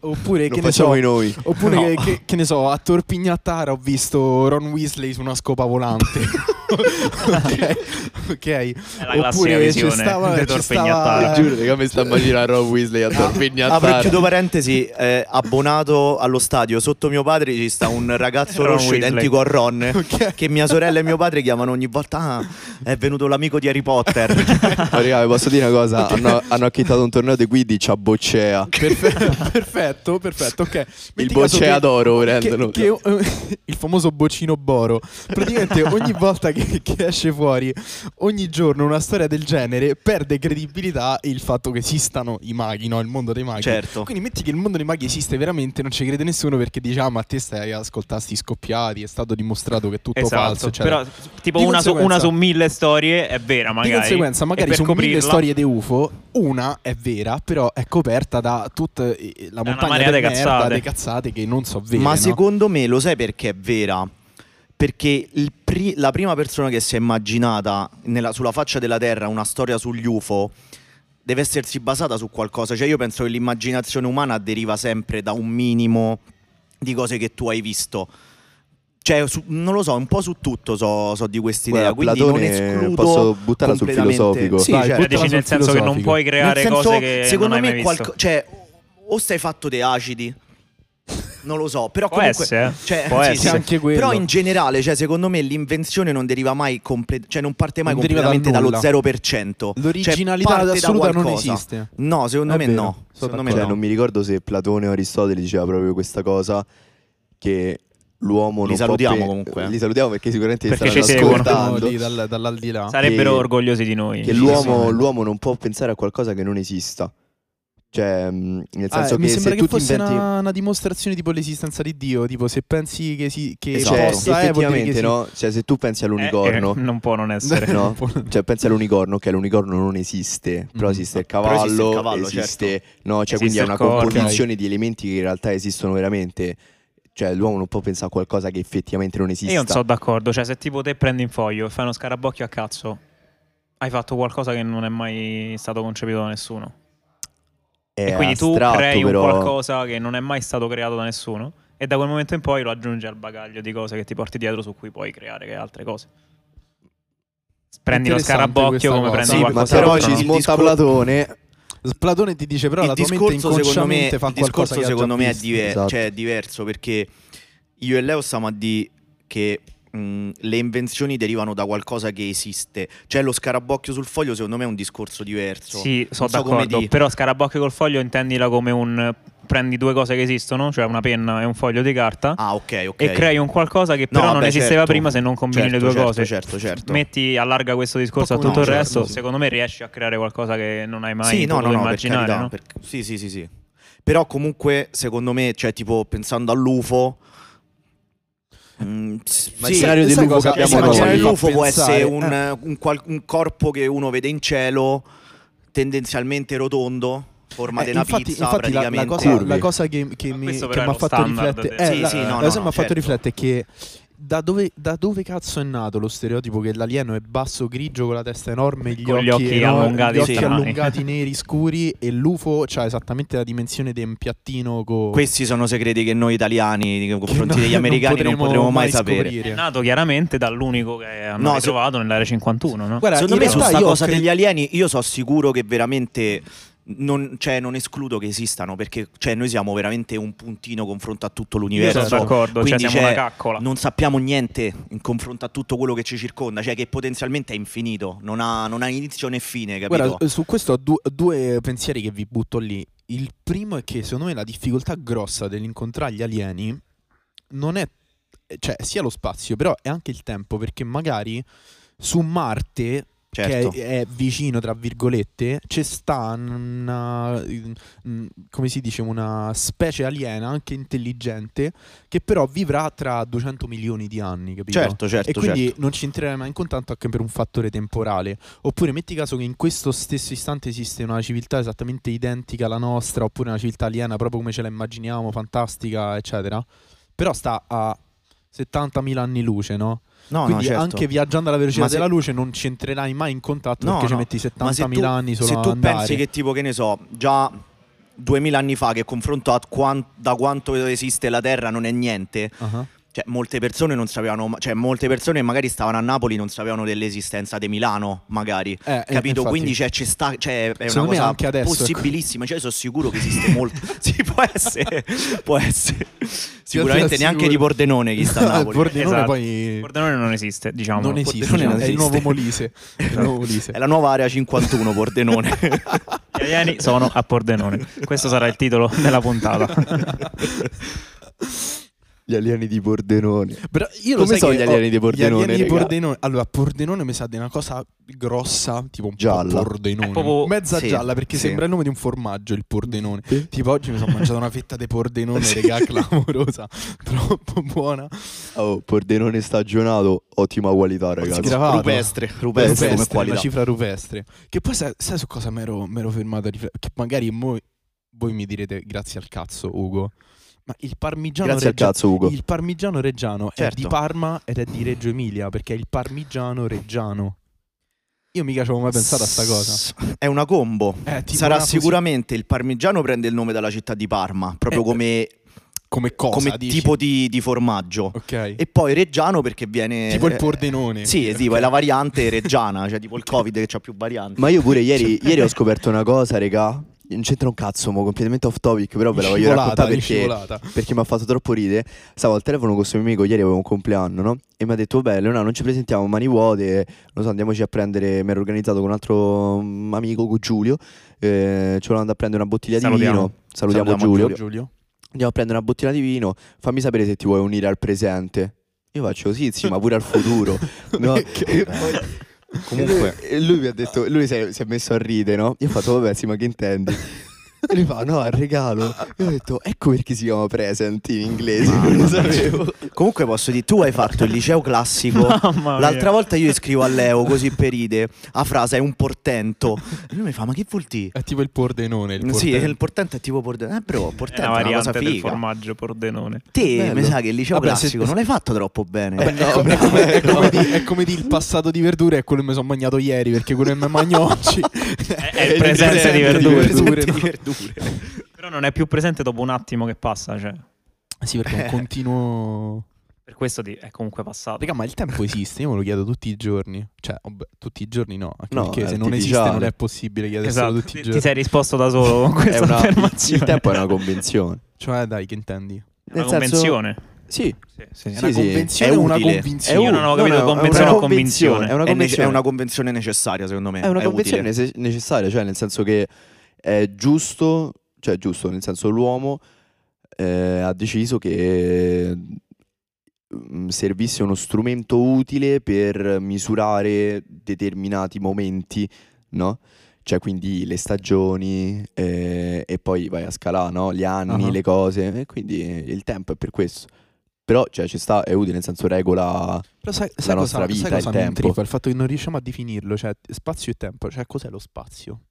S1: Oppure
S3: Lo
S1: che ne
S3: facciamo
S1: so,
S3: i noi.
S1: Oppure
S2: No.
S1: che, che- che ne so, a Torpignattara ho visto Ron Weasley su una scopa volante. ok, ok.
S2: È la classica
S1: Oppure ci
S2: visione
S1: stava-
S2: di
S1: ci
S2: Torpignattara.
S1: stava-
S3: Ti Ah, giuro, raga, mi sta immaginando Rob Weasley
S1: Ah,
S3: a
S4: Apro e chiudo
S3: Torpignattara.
S4: parentesi, eh, abbonato allo stadio, sotto mio padre ci sta un ragazzo
S2: Ron
S4: rosso
S2: Weasley.
S4: identico a Ron
S1: Ok.
S4: che mia sorella e mio padre chiamano ogni volta "Ah, è venuto l'amico di Harry Potter.
S3: Ma raga, vi posso dire una cosa? Hanno, hanno acchittato un torneo di Quidditch a Boccea.
S1: Perfetto, perfetto, perfetto, ok.
S3: Il
S1: Metti caso
S3: Boccea
S1: che-
S3: d'oro
S1: che,
S3: prendono.
S1: che- eh, il famoso boccino boro. Praticamente ogni volta che, che esce fuori, ogni giorno una storia del genere perde credibilità il fatto che esistano i maghi, no? Il mondo dei maghi.
S4: certo.
S1: Quindi metti che il mondo dei maghi esiste veramente, non ci crede nessuno perché dice ah ma te stai a ascoltare sti scoppiati, è stato dimostrato che è tutto
S2: Esatto,
S1: falso, eccetera.
S2: però tipo
S1: Di
S2: una su,
S1: conseguenza-
S2: una su mille storie è vera magari.
S1: Di conseguenza,
S2: e
S1: magari
S2: per
S1: su mille
S2: coprirla-
S1: storie di UFO, una è vera, però è coperta da tutta eh, la
S2: Da una
S1: montagna
S2: marea
S1: di
S2: di
S1: merda,
S2: cazzate.
S1: di cazzate che non so vere.
S4: Ma
S1: no?
S4: secondo me lo sai perché è vera? Perché il pri- la prima persona che si è immaginata nella- sulla faccia della Terra una storia sugli UFO deve essersi basata su qualcosa. Cioè, io penso che l'immaginazione umana deriva sempre da un minimo di cose che tu hai visto. Cioè, su- non lo so, un po' su tutto so, so di quest'idea.
S3: Guarda,
S4: Quindi
S3: Platone,
S4: non escludo
S3: posso buttarla sul
S4: completamente-
S3: filosofico.
S4: Sì,
S1: Vai,
S4: certo.
S2: Cioè,
S1: buttala
S2: dici
S1: sul
S2: nel senso che non
S1: filosofico.
S2: puoi creare
S4: Nel senso,
S2: cose che
S4: secondo
S2: non hai
S4: me
S2: mai
S4: qualco-
S2: visto.
S4: cioè, o stai fatto dei acidi non lo so però
S2: Può
S4: comunque
S2: essere, eh.
S4: cioè,
S2: Può
S4: sì,
S2: essere.
S4: sì.
S1: Anche quello.
S4: però in generale cioè, secondo me l'invenzione non deriva mai comple- cioè non parte mai
S1: Non deriva da
S4: completamente dallo
S1: nulla.
S4: 0%
S1: L'originalità
S4: cioè, parte da
S1: assoluta non
S4: qualcosa.
S1: esiste.
S4: no secondo
S1: È
S4: me
S1: vero,
S4: no
S1: sono
S4: secondo me
S3: Cioè,
S4: no.
S3: non mi ricordo se Platone o Aristotele diceva proprio questa cosa che l'uomo
S4: Li
S3: non
S4: salutiamo
S3: può pe-
S4: comunque, eh.
S3: Li salutiamo perché sicuramente
S2: Perché
S3: li
S2: ci
S3: stanno
S2: seguono.
S1: Guardano
S3: ascoltando.
S1: lì dal- dall'aldilà.
S2: Sarebbero
S3: che-
S2: orgogliosi di noi.
S3: Che
S2: Sì,
S3: l'uomo,
S2: sì.
S3: l'uomo non può pensare a qualcosa che non esista. Cioè, mh, nel
S1: Ah,
S3: senso
S1: mi
S3: che
S1: sembra
S3: se
S1: che
S3: tu ti
S1: fosse
S3: inventi
S1: una, una dimostrazione tipo l'esistenza di Dio, tipo se pensi che, si, che
S3: Esatto.
S1: possa,
S3: Cioè,
S1: eh, vuol dire
S3: effettivamente,
S1: che sì.
S3: no? Cioè, se tu pensi all'unicorno,
S2: Eh, eh, non può non essere.
S3: no? Cioè, pensi all'unicorno, che l'unicorno non esiste, però
S1: Mm.
S3: esiste il
S4: Però
S3: cavallo,
S4: esiste il cavallo,
S3: esiste- no? Cioè,
S2: Esiste
S3: quindi è
S2: il
S3: una
S2: corno.
S3: composizione di elementi che in realtà esistono veramente. Cioè, l'uomo non può pensare a qualcosa che effettivamente non esiste.
S2: Io non sono d'accordo, cioè se tipo te prendi in foglio e fai uno scarabocchio a cazzo, hai fatto qualcosa che non è mai stato concepito da nessuno.
S3: È
S2: e quindi tu
S3: astratto,
S2: crei
S3: però...
S2: un qualcosa che non è mai stato creato da nessuno e da quel momento in poi lo aggiungi al bagaglio di cose che ti porti dietro su cui puoi creare altre cose. Prendi lo
S1: Interessante questa
S2: scarabocchio come
S1: cosa.
S2: prendi
S1: Sì,
S3: Sì, ma
S2: qualcosa
S3: se poi
S2: altro,
S4: però
S3: ci
S2: no?
S4: si-
S3: smonta
S4: discor-
S3: Platone,
S1: Platone ti dice però
S4: il
S1: la tua mente
S4: discorso secondo me,
S1: inconsciamente fa
S4: il
S1: qualcosa
S4: discorso
S1: che ha già
S4: secondo me è,
S1: visto.
S4: diver-
S3: Esatto.
S4: cioè, è diverso perché io e Leo stiamo a dire che mh, le invenzioni derivano da qualcosa che esiste cioè lo scarabocchio sul foglio secondo me è un discorso diverso
S2: Sì, sono
S4: Non so come
S2: d'accordo,
S4: di-
S2: però scarabocchio col foglio intendila come un eh, prendi due cose che esistono, cioè una penna e un foglio di carta.
S4: ah ok ok
S2: e crei un qualcosa che
S4: No,
S2: però non
S4: vabbè,
S2: esisteva
S4: certo.
S2: prima se non combini
S4: Certo,
S2: le due
S4: certo,
S2: cose.
S4: certo, certo.
S2: Metti, allarga questo discorso a
S1: Un po'
S2: tutto
S1: come
S2: il
S1: no,
S2: resto,
S1: certo, sì.
S2: secondo me riesci a creare qualcosa che non hai mai
S4: sì, no,
S2: potuto
S4: no, no, per
S2: immaginare.
S4: carità,
S2: no?
S4: per- sì, sì, sì, sì. Però comunque, secondo me, cioè, tipo, pensando all'UFO... mm, s-
S3: Ma
S4: sì,
S3: il scenario
S4: sì,
S1: sai
S3: dell'UFO
S1: cosa-
S3: che abbiamo
S1: sai cosa
S3: noi.
S4: immaginare
S1: mi fa
S4: l'UFO può essere un,
S1: pensare?
S4: un qual- un corpo che uno vede in cielo, tendenzialmente rotondo, forma
S1: Eh,
S4: di una
S1: infatti,
S4: pizza
S1: infatti la- la,
S4: praticamente.
S1: cosa,
S3: Curvi.
S1: la cosa che, che
S2: Ma
S1: mi
S2: questo
S1: che
S2: però
S1: m'ha
S2: è lo
S1: fatto
S2: standard
S1: riflettere
S2: del-
S1: eh,
S4: Sì,
S1: la,
S4: sì,
S1: la
S4: no,
S1: cosa
S4: no,
S1: mi ha fatto
S4: certo.
S1: riflettere è che da dove, da dove cazzo è nato lo stereotipo che l'alieno è basso grigio con la testa enorme, gli
S2: Con
S1: occhi,
S2: gli occhi
S1: enormi,
S2: allungati
S1: gli occhi
S4: strani.
S1: allungati neri scuri e l'UFO ha esattamente la dimensione di un piattino co-
S4: Questi sono segreti che noi italiani, nei
S1: che
S4: confronti
S1: Eh, no-
S4: degli americani, non potremo mai sapere.
S1: scoprire.
S2: È nato chiaramente dall'unico che hanno
S4: No, se-
S2: trovato nell'area 51, no?
S1: Guarda,
S4: Secondo
S1: in
S4: me su
S1: realtà
S4: sta
S1: io
S4: cosa
S1: cre-
S4: degli alieni io sono sicuro che veramente non, cioè, non escludo che esistano perché cioè, noi siamo veramente un puntino confronto a tutto
S2: Io
S4: l'universo.
S2: sono d'accordo, cioè
S4: Quindi
S2: siamo una
S4: c'è-
S2: caccola.
S4: Non sappiamo niente in confronto a tutto quello che ci circonda, cioè che potenzialmente è infinito, non ha, non ha inizio né fine, capito?
S1: Guarda, eh, su questo ho du- due pensieri che vi butto lì. Il primo è che secondo me la difficoltà grossa dell'incontrare gli alieni non è cioè sia lo spazio, però è anche il tempo, perché magari su Marte
S4: certo.
S1: che è, è vicino tra virgolette, c'è sta una mm, come si dice una specie aliena anche intelligente che però vivrà tra 200 milioni di anni, capito?
S4: certo, certo,
S1: E quindi
S4: certo.
S1: non ci entrerai mai in contatto anche per un fattore temporale. Oppure metti caso che in questo stesso istante esiste una civiltà esattamente identica alla nostra, oppure una civiltà aliena proprio come ce la immaginiamo, fantastica, eccetera. Però sta a 70.000 anni luce, no?
S4: No, no,
S1: quindi
S4: certo.
S1: anche viaggiando alla velocità
S4: Ma se-
S1: della luce non ci entrerai mai in contatto
S4: No,
S1: perché
S4: no.
S1: ci metti
S4: Ma se
S1: 70.000
S4: tu-
S1: anni solo
S4: Se
S1: a
S4: tu
S1: andare.
S4: pensi che tipo, che ne so, già 2000 anni fa che confronto a quan- da quanto esiste la Terra non è niente,
S1: Ah,
S4: Cioè, molte persone non sapevano, ma- cioè, molte persone magari stavano a Napoli non sapevano dell'esistenza di Milano, magari.
S1: eh, eh,
S4: Capito?
S1: infatti.
S4: Quindi cioè, c'è sta, cioè, è
S1: Secondo me
S4: una cosa
S1: anche adesso, ecco.
S4: possibilissima. Cioè, sono sicuro che esiste molto. sì, può essere. può essere. Sicuramente neanche di Pordenone chi sta a Napoli.
S1: Pordenone
S2: Esatto.
S1: poi
S2: Pordenone non esiste, diciamo.
S1: non
S4: esiste,
S1: esiste,
S4: Pordenone non
S1: è il nuovo
S4: esiste.
S1: Molise. È il nuovo Molise.
S4: È la nuova area 51 Pordenone.
S2: Gli alieni sono a Pordenone. Questo sarà il titolo della puntata.
S3: Gli alieni di Pordenone.
S1: Però io lo sai
S3: Come sono
S1: che
S3: gli
S1: ho-
S3: alieni di Pordenone,
S1: Gli alieni di
S3: raga?
S1: Pordenone. Allora, Pordenone mi sa di una cosa grossa, tipo un
S3: Gialla.
S1: po' Pordenone.
S2: È proprio-
S1: Mezza
S4: sì,
S1: gialla, perché
S4: sì.
S1: sembra il nome di un formaggio, il Pordenone.
S3: Sì.
S1: Tipo oggi mi sono mangiato una fetta di Pordenone, regà, clamorosa. Troppo buona.
S3: Oh, Pordenone stagionato, ottima qualità,
S1: Si
S3: ragazzi.
S1: gravato.
S4: rupestre, rupestre, come
S1: Rupestre, una
S4: qualità.
S1: cifra rupestre. Che poi sai, sai su cosa mi ero fermato a riflettere? Che magari mo- voi mi direte grazie al cazzo, Ugo. Ma il parmigiano
S3: Grazie al
S1: reggia-
S3: cazzo, Ugo.
S1: Il parmigiano reggiano
S4: Certo.
S1: è di Parma ed è di Reggio Emilia perché è il parmigiano reggiano. Io mica ci avevo mai pensato a sta cosa.
S4: S- È una combo.
S1: Eh, tipo
S4: Sarà
S1: una fusi-
S4: sicuramente il parmigiano prende il nome dalla città di Parma, proprio
S1: Eh,
S4: come,
S1: Come cosa?
S4: come
S1: dici?
S4: tipo di, di formaggio.
S1: Ok.
S4: E poi Reggiano perché viene
S1: tipo il
S4: eh,
S1: Pordenone.
S4: Sì, eh, tipo, è la variante reggiana, cioè tipo il Covid che ha più varianti.
S3: Ma io pure ieri, ieri ho scoperto una cosa, regà. Non c'entra un cazzo, mo, completamente off topic, però ve la voglio
S1: Scivolata,
S3: raccontare
S1: di
S3: perché
S1: scivolata.
S3: perché mi ha fatto troppo ridere. Stavo al telefono con questo mio amico, ieri avevo un compleanno, no? E mi ha detto, beh, Leonardo, non ci presentiamo mani vuote, non so, andiamoci a prendere, mi ero organizzato con un altro mm, amico, con Giulio, eh, ci volevamo andare a prendere una bottiglia
S2: Salutiamo.
S3: di vino. Salutiamo,
S4: Salutiamo
S3: Giulio.
S1: Giulio. Giulio.
S3: Andiamo a prendere una bottiglia di vino, fammi sapere se ti vuoi unire al presente. Io faccio sì, sì, ma pure al futuro. No?
S4: Comunque-
S3: E lui mi ha detto, lui si è, si è messo a ridere, no? Io ho fatto, vabbè, sì, ma che intendi? E lui fa, no, al regalo. Io ho detto, ecco perché si chiama present in inglese, non lo sapevo.
S4: Comunque posso dire, tu hai fatto il liceo classico.
S2: Mamma mia.
S4: L'altra volta io scrivo a Leo così per ride, a frase è un portento. E lui mi fa, ma che vuol dire?
S1: È tipo il Pordenone. Il
S4: Sì,
S1: Pordenone.
S4: il portento è tipo portento. Eh bro, portento
S2: è una
S4: è una,
S2: variante
S4: cosa
S2: del
S4: figa.
S2: formaggio Pordenone.
S4: Te
S3: Bello.
S4: mi sa che il liceo
S1: Vabbè, se-
S4: classico non l'hai fatto troppo bene.
S1: Vabbè, è, come, è come- è come di, è come di il passato di verdure è quello che mi sono mangiato ieri perché quello che mi mangio oggi
S2: È,
S1: è
S2: è il presente di verdure.
S1: Cioè, verdure, no?
S2: Però non è più presente dopo un attimo che passa, cioè.
S1: Sì, perché è un continuo.
S2: Per questo ti- è comunque passato.
S1: Raga, ma il tempo esiste? Io me lo chiedo tutti i giorni. Cioè, vabbè, tutti i giorni no. anche
S3: No, eh,
S1: perché
S3: è
S1: se non esiste
S3: artificiale.
S1: non è possibile chiederselo
S2: Esatto,
S1: tutti
S2: ti,
S1: i
S2: ti
S1: giorni.
S2: sei risposto da solo con
S3: È
S2: questa
S3: una-
S2: affermazione.
S3: il tempo è una convenzione.
S1: Cioè, dai, che intendi?
S2: È una
S3: nel senso-
S2: convenzione.
S3: Sì,
S2: Sì, sì,
S1: È
S2: è
S1: una
S3: sì, sì.
S1: convenzione
S4: È
S1: o una
S4: utile.
S2: Io
S1: convinzione?
S2: non ho
S3: No,
S2: capito
S3: no, è una
S2: convenzione o
S3: convenzione,
S2: convinzione.
S3: è una
S4: È, nece-
S3: convenzione.
S4: è una convenzione necessaria, secondo me.
S3: È una
S4: utile.
S3: convenzione nece- necessaria, cioè nel senso che è giusto, cioè è giusto, nel senso l'uomo eh, ha deciso che mm, servisse uno strumento utile per misurare determinati momenti, no? Cioè quindi le stagioni eh, e poi vai a scalare, no? Gli anni,
S1: Ah.
S3: le cose, e quindi il tempo è per questo. Però cioè, ci sta, è utile, nel senso regola...
S1: Però sai,
S3: La
S1: sai cosa,
S3: nostra vita,
S1: sai
S3: il
S1: cosa mi
S3: tempo.
S1: intriga? Il fatto che non riusciamo a definirlo, cioè spazio e tempo. Cioè, cos'è lo spazio?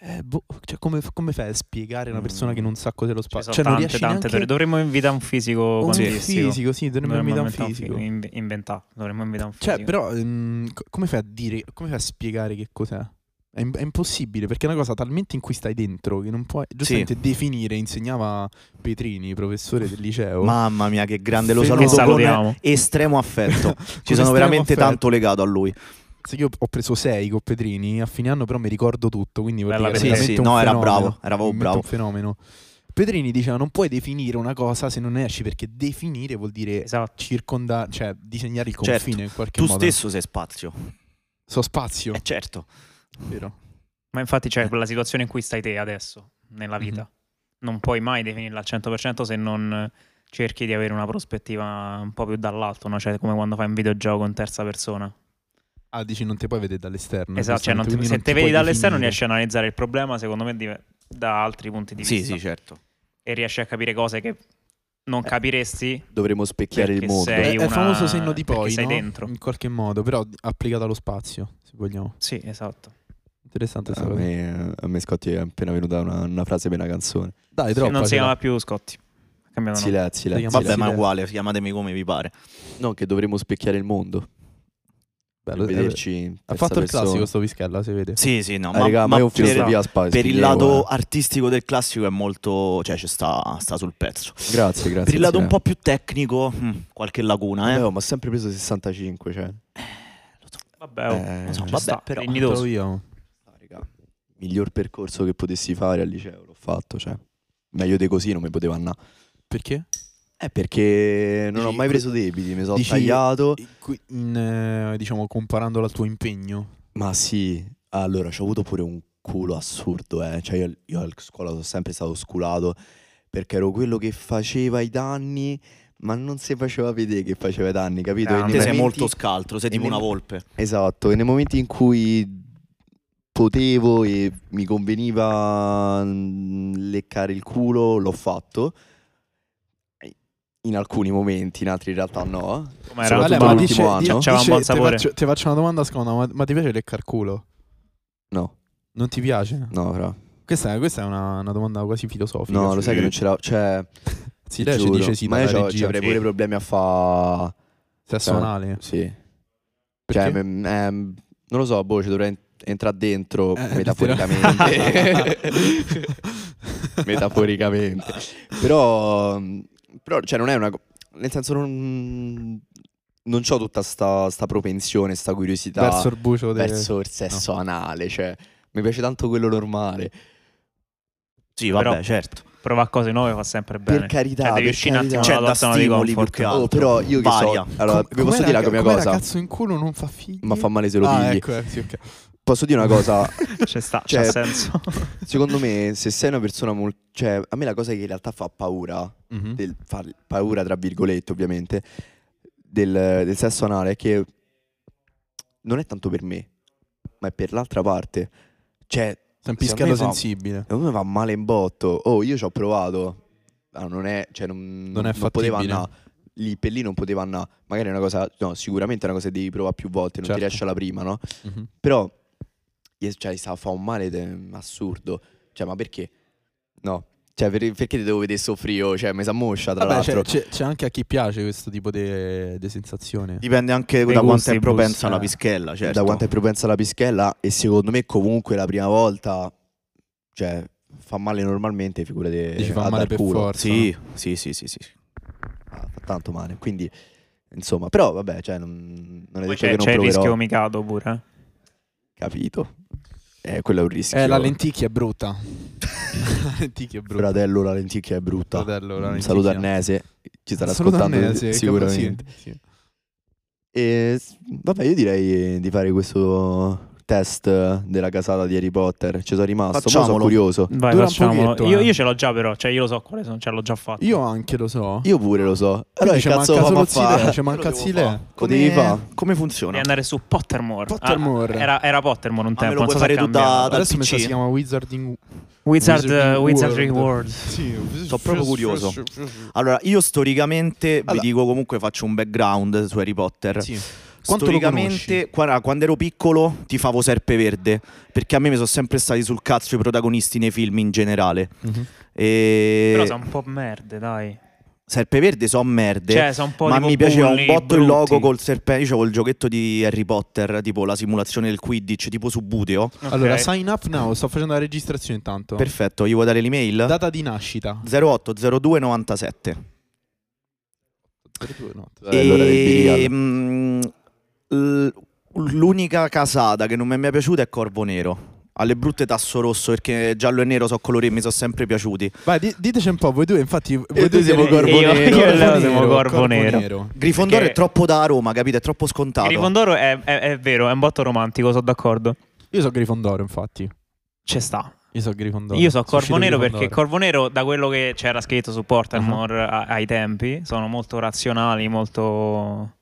S1: Eh, boh, cioè, come, come fai a spiegare a una persona che non sa cos'è lo
S2: Mm. Ci
S1: spazio? Cioè,
S2: sono
S1: non
S2: tante,
S1: riesci
S2: tante teorie.
S1: neanche
S2: Dovremmo invitare un fisico
S1: un
S2: quantistico.
S1: fisico, sì, dovremmo invitare un fisico.
S2: in- inventare. Dovremmo invitare un fisico.
S1: Cioè, però, ehm, co- come fai a dire, come fai a spiegare che cos'è? È, im- è impossibile perché è una cosa talmente in cui stai dentro che non puoi giustamente definire. Insegnava Petrini, professore del liceo.
S4: Mamma mia, che grande, lo
S1: Sì,
S4: saluto
S1: che
S4: con
S2: salutiamo.
S4: estremo affetto. Ci sono
S1: estremo
S4: veramente
S1: affetto.
S4: tanto legato a lui.
S1: Se io ho preso 6 con Petrini a fine anno, però mi ricordo tutto. Quindi vuol
S2: Bella
S1: dire che
S2: Petrini.
S1: è
S4: Sì,
S1: veramente
S4: sì,
S1: un
S4: no, era
S1: fenomeno.
S4: bravo, era proprio
S1: Veramente
S4: bravo.
S1: un fenomeno. Petrini diceva: Non puoi definire una cosa se non ne esci, perché definire vuol dire
S2: Esatto.
S1: circondare, cioè disegnare il confine
S4: Certo.
S1: in qualche
S4: Tu
S1: modo.
S4: stesso sei spazio.
S1: So spazio,
S4: Eh, certo.
S1: vero?
S2: Ma infatti c'è quella situazione in cui stai te adesso, nella vita.
S1: Mhm.
S2: Non puoi mai definirla al 100% se non cerchi di avere una prospettiva un po' più dall'alto, no? Cioè come quando fai un videogioco in terza persona.
S1: Ah, dici non te puoi vedere dall'esterno.
S2: esatto, cioè non
S1: giustamente,
S2: ti-
S1: quindi
S2: se
S1: non
S2: te
S1: ti puoi
S2: vedi dall'esterno
S1: definire.
S2: riesci a analizzare il problema, secondo me, dive- da altri punti di
S4: Sì,
S2: vista.
S4: sì, certo.
S2: E riesci a capire cose che
S1: Eh.
S2: non capiresti
S3: Dovremmo specchiare
S2: Perché
S3: il mondo.
S2: sei-
S1: Beh, è il
S2: una-
S1: famoso senno di
S2: perché
S1: poi,
S2: sei
S1: no?
S2: dentro.
S1: in qualche modo, però applicato allo spazio, se vogliamo.
S2: Sì, esatto.
S1: Interessante sta
S3: A
S1: cosa.
S3: me, a me Scotti è appena venuta una, una frase per una canzone.
S1: Dai,
S2: Che
S1: troppo. cioè,
S2: non si chiama più Scotti. Ha cambiato nome.
S3: Silenzio,
S1: Sì,
S3: silenzio.
S1: Sì,
S4: Vabbè,
S1: sì,
S4: ma è
S1: dai.
S4: uguale, chiamatemi come vi pare.
S3: No, che dovremmo specchiare il mondo. Per vederci. in
S1: eh, Ha
S3: terza
S1: fatto il
S3: persona.
S1: classico sto Vischella, si vede.
S4: Sì, sì, no.
S3: Ah, raga, ma, io ho
S4: per,
S3: filosofia a spazio.
S4: per il
S3: io,
S4: lato
S3: eh.
S4: artistico del classico è molto... Cioè, ci sta, sta sul pezzo.
S3: Grazie, grazie.
S4: per il lato un
S3: Silenzio.
S4: po' più tecnico, mm, qualche laguna, eh.
S3: Eh, oh, ma ho sempre preso 65, cioè.
S2: Vabbè, oh,
S3: Eh,
S2: non so,
S3: ci
S2: vabbè,
S4: sta,
S2: però
S4: però-
S1: Però io.
S3: Ah, raga, Miglior percorso che potessi fare al liceo, l'ho fatto, cioè. Meglio di così non mi poteva andare.
S1: Perché?
S3: Eh, perché non
S1: Dici-
S3: ho mai preso debiti, mi sono
S1: dici-
S3: tagliato.
S1: E qui- in, eh, diciamo, comparandolo al tuo impegno.
S3: Ma sì, allora ci ho avuto pure un culo assurdo, eh. Cioè, io, io a scuola sono sempre stato sculato perché ero quello che faceva i danni, ma non si faceva vedere che faceva i danni, capito? E
S2: Grande.
S3: nei
S4: Te sei
S3: momenti-
S4: molto scaltro, sei
S3: e
S4: tipo
S3: nei-
S4: una volpe.
S3: Esatto, e nei momenti in cui potevo e mi conveniva mm, leccare il culo, l'ho fatto. In alcuni momenti, in altri in realtà no.
S1: Cioè,
S2: Come era?
S3: Vabbè,
S2: tutto
S3: ma
S2: l'ultimo
S3: dice-
S2: anno.
S3: dice-
S2: C'aveva un buon
S1: te
S2: sapore.
S1: faccio- ti faccio una domanda scomoda, ma, ma ti piace leccar culo?
S3: No,
S1: Non ti piace?
S3: no, fra.
S1: Questa, questa è una, una domanda quasi filosofica.
S3: No, lo sai che non
S1: c'è.
S3: c'era. Cioè,
S1: Sì, lei ci
S3: giuro,
S1: dice sì,
S3: ma io
S1: dalla
S3: c'ho- ci
S1: regia.
S3: avrei
S4: Sì.
S3: pure problemi a fa.
S1: Sesso anale.
S3: Sì.
S1: Perché?
S3: Cioè, m- ehm, non lo so, boh, ci dovrei en- entrare dentro
S1: Eh,
S3: metaforicamente.
S1: letteralmente.
S3: metaforicamente. Però, mh, però, cioè, non è una. co- Nel senso, non. Non ho tutta sta, sta propensione, sta curiosità
S1: Verso il bucio del-
S3: verso il sesso anale. Cioè, mi piace tanto quello normale.
S4: Sì, vabbè,
S2: Però-
S4: certo.
S2: Provare cose nuove fa sempre bene.
S3: Per carità,
S2: Cioè, devi
S3: per
S2: uscire un attimo
S3: carità.
S4: Cioè,
S2: dalla
S4: da
S2: zona di
S4: stimoli
S2: comfort.
S4: più che altro.
S3: Oh, però io che
S4: Varia.
S3: so. Allora, vi posso
S1: Com'era-
S3: dire la mia
S1: com'era
S3: cosa?
S1: cazzo in culo non fa figli.
S3: Ma fa male se lo
S1: Ah,
S3: pigli.
S1: ecco, eh, sì, ok.
S3: Posso dire una cosa?
S2: C'è sta,
S3: Cioè,
S2: c'ha senso.
S3: Secondo me, se sei una persona molto. Cioè, a me la cosa che in realtà fa paura,
S1: Mhm.
S3: del, fa paura tra virgolette, ovviamente, del, del sesso anale è che non è tanto per me, ma è per l'altra parte. Cioè,
S1: Sei un
S3: secondo
S1: piscello
S3: me fa-
S1: sensibile.
S3: secondo me va male in botto. Oh, io ci ho provato. Ah, non è. Cioè, non,
S1: Non è
S3: poteva
S1: fattibile.
S3: andare. Lì per lì non poteva andare. Magari è una cosa. No, sicuramente è una cosa che devi provare più volte, non
S1: Certo.
S3: ti riesce alla prima, no?
S1: Mhm.
S3: Però gli- cioè, gli stava a fa un male de- assurdo. Cioè, ma perché? No. Cioè, per- perché ti devo vedere soffrire? oh? Cioè, mi sa moscia, tra
S1: Vabbè, c'è,
S3: l'altro.
S1: c'è- c'è anche a chi piace questo tipo di sensazione.
S4: Dipende anche
S2: Dei
S4: da quanto
S2: gusti,
S4: è propensa
S2: bus,
S4: la
S2: eh.
S4: pischella, certo.
S3: Da quanto è propensa la pischella. E secondo me, comunque, la prima volta. Cioè, fa male normalmente, figurate.
S1: Dici
S3: a
S1: fa
S3: dar
S1: male per
S3: culo.
S1: forza.
S4: Sì, sì, sì, sì, sì.
S3: Ah, fa tanto male. Quindi, insomma, però, vabbè, cioè, non, non
S2: Poi
S3: è detto
S2: C'è,
S3: che non
S2: c'è il
S3: proverò.
S2: rischio Mikado pure. eh.
S3: Capito? Eh, quello è un rischio.
S1: Eh, la lenticchia è brutta. la lenticchia è brutta.
S3: Fratello, la lenticchia è brutta.
S1: Fratello, la
S3: un
S1: lenticchia.
S3: saluto Arnese. Ci starà
S1: Saluto
S3: ascoltando
S1: Annea, sì,
S3: sicuramente.
S1: sì, sì.
S3: E s- vabbè, io direi di fare questo test eh, della casata di Harry Potter. Ci sono rimasto, mo sono
S4: Facciamolo.
S3: curioso.
S2: Vai,
S1: Dura un
S2: facciamo.
S1: pochetto,
S2: Io,
S1: eh.
S2: io ce l'ho già, però. Cioè, io lo so quale sono, ce l'ho già fatto.
S1: Io anche lo so.
S3: Io pure lo so. Allora,
S1: Quindi
S3: che
S1: ci
S3: cazzo
S1: manca
S3: fa
S1: solo
S3: a
S1: Zile,
S3: fare?
S1: ci manca Zile.
S3: Come devi fa?
S4: Come
S2: Devi
S4: funziona?
S2: andare su Pottermore.
S1: Pottermore.
S2: Ah, era, era Pottermore un
S4: Ah, me
S2: tempo.
S4: lo
S2: Non so
S4: puoi
S2: se è
S4: fare tu
S2: cambiato.
S4: da- da-
S1: Adesso mi sa
S4: PC?
S1: si chiama Wizarding
S2: Wizard,
S1: Wizarding
S2: Wizardry
S1: World.
S2: World.
S1: Sì,
S4: Sono proprio curioso. Allora, io storicamente
S1: Allora-
S4: vi dico comunque faccio un background su Harry Potter.
S1: Sì. Quanto lo conosci?
S4: Storicamente, guarda, quando ero piccolo tifavo Serpeverde, perché a me mi sono sempre stati sul cazzo i protagonisti nei film in generale.
S1: Mhm.
S4: E...
S2: Però sono un po' merde, dai.
S4: Serpeverde sono merde.
S2: Cioè, sono un po'
S4: ma
S2: tipo
S4: mi piaceva un
S2: bulli
S4: botto il
S2: brutti.
S4: logo col serpente. Io avevo il giochetto di Harry Potter, tipo la simulazione del Quidditch, tipo su Buteo.
S2: Ok.
S1: Allora, sign up now, sto facendo la registrazione intanto.
S4: Perfetto, gli vuoi dare l'email?
S1: Data di nascita.
S4: 080297.
S3: Eh, allora del
S4: E,
S3: Birial.
S4: mm, l- l'unica casata che non mi è mai piaciuta è Corvo Nero. Alle brutte tasso rosso perché giallo e nero sono colori che mi sono sempre piaciuti.
S1: Vai, di- diteci un po', voi due, infatti. Voi
S3: noi
S1: due
S3: siamo
S1: siete-
S3: Corvo
S1: Io-
S3: Nero.
S1: io e
S2: Leo
S1: Corvo
S2: siamo
S1: Nero,
S2: Corvo Nero.
S4: Grifondoro
S2: Perché-
S4: è troppo da Roma, capito? È troppo scontato.
S2: Grifondoro è, è- è vero, è un botto romantico, sono d'accordo.
S1: Io so Grifondoro, infatti.
S2: Ci sta.
S1: Io so Grifondoro.
S2: Io so Corvo
S1: uscito
S2: Nero
S1: Grifondoro.
S2: perché Corvo Nero, da quello che c'era scritto su Pottermore
S4: Uh-huh.
S2: a- ai tempi, sono molto razionali, molto...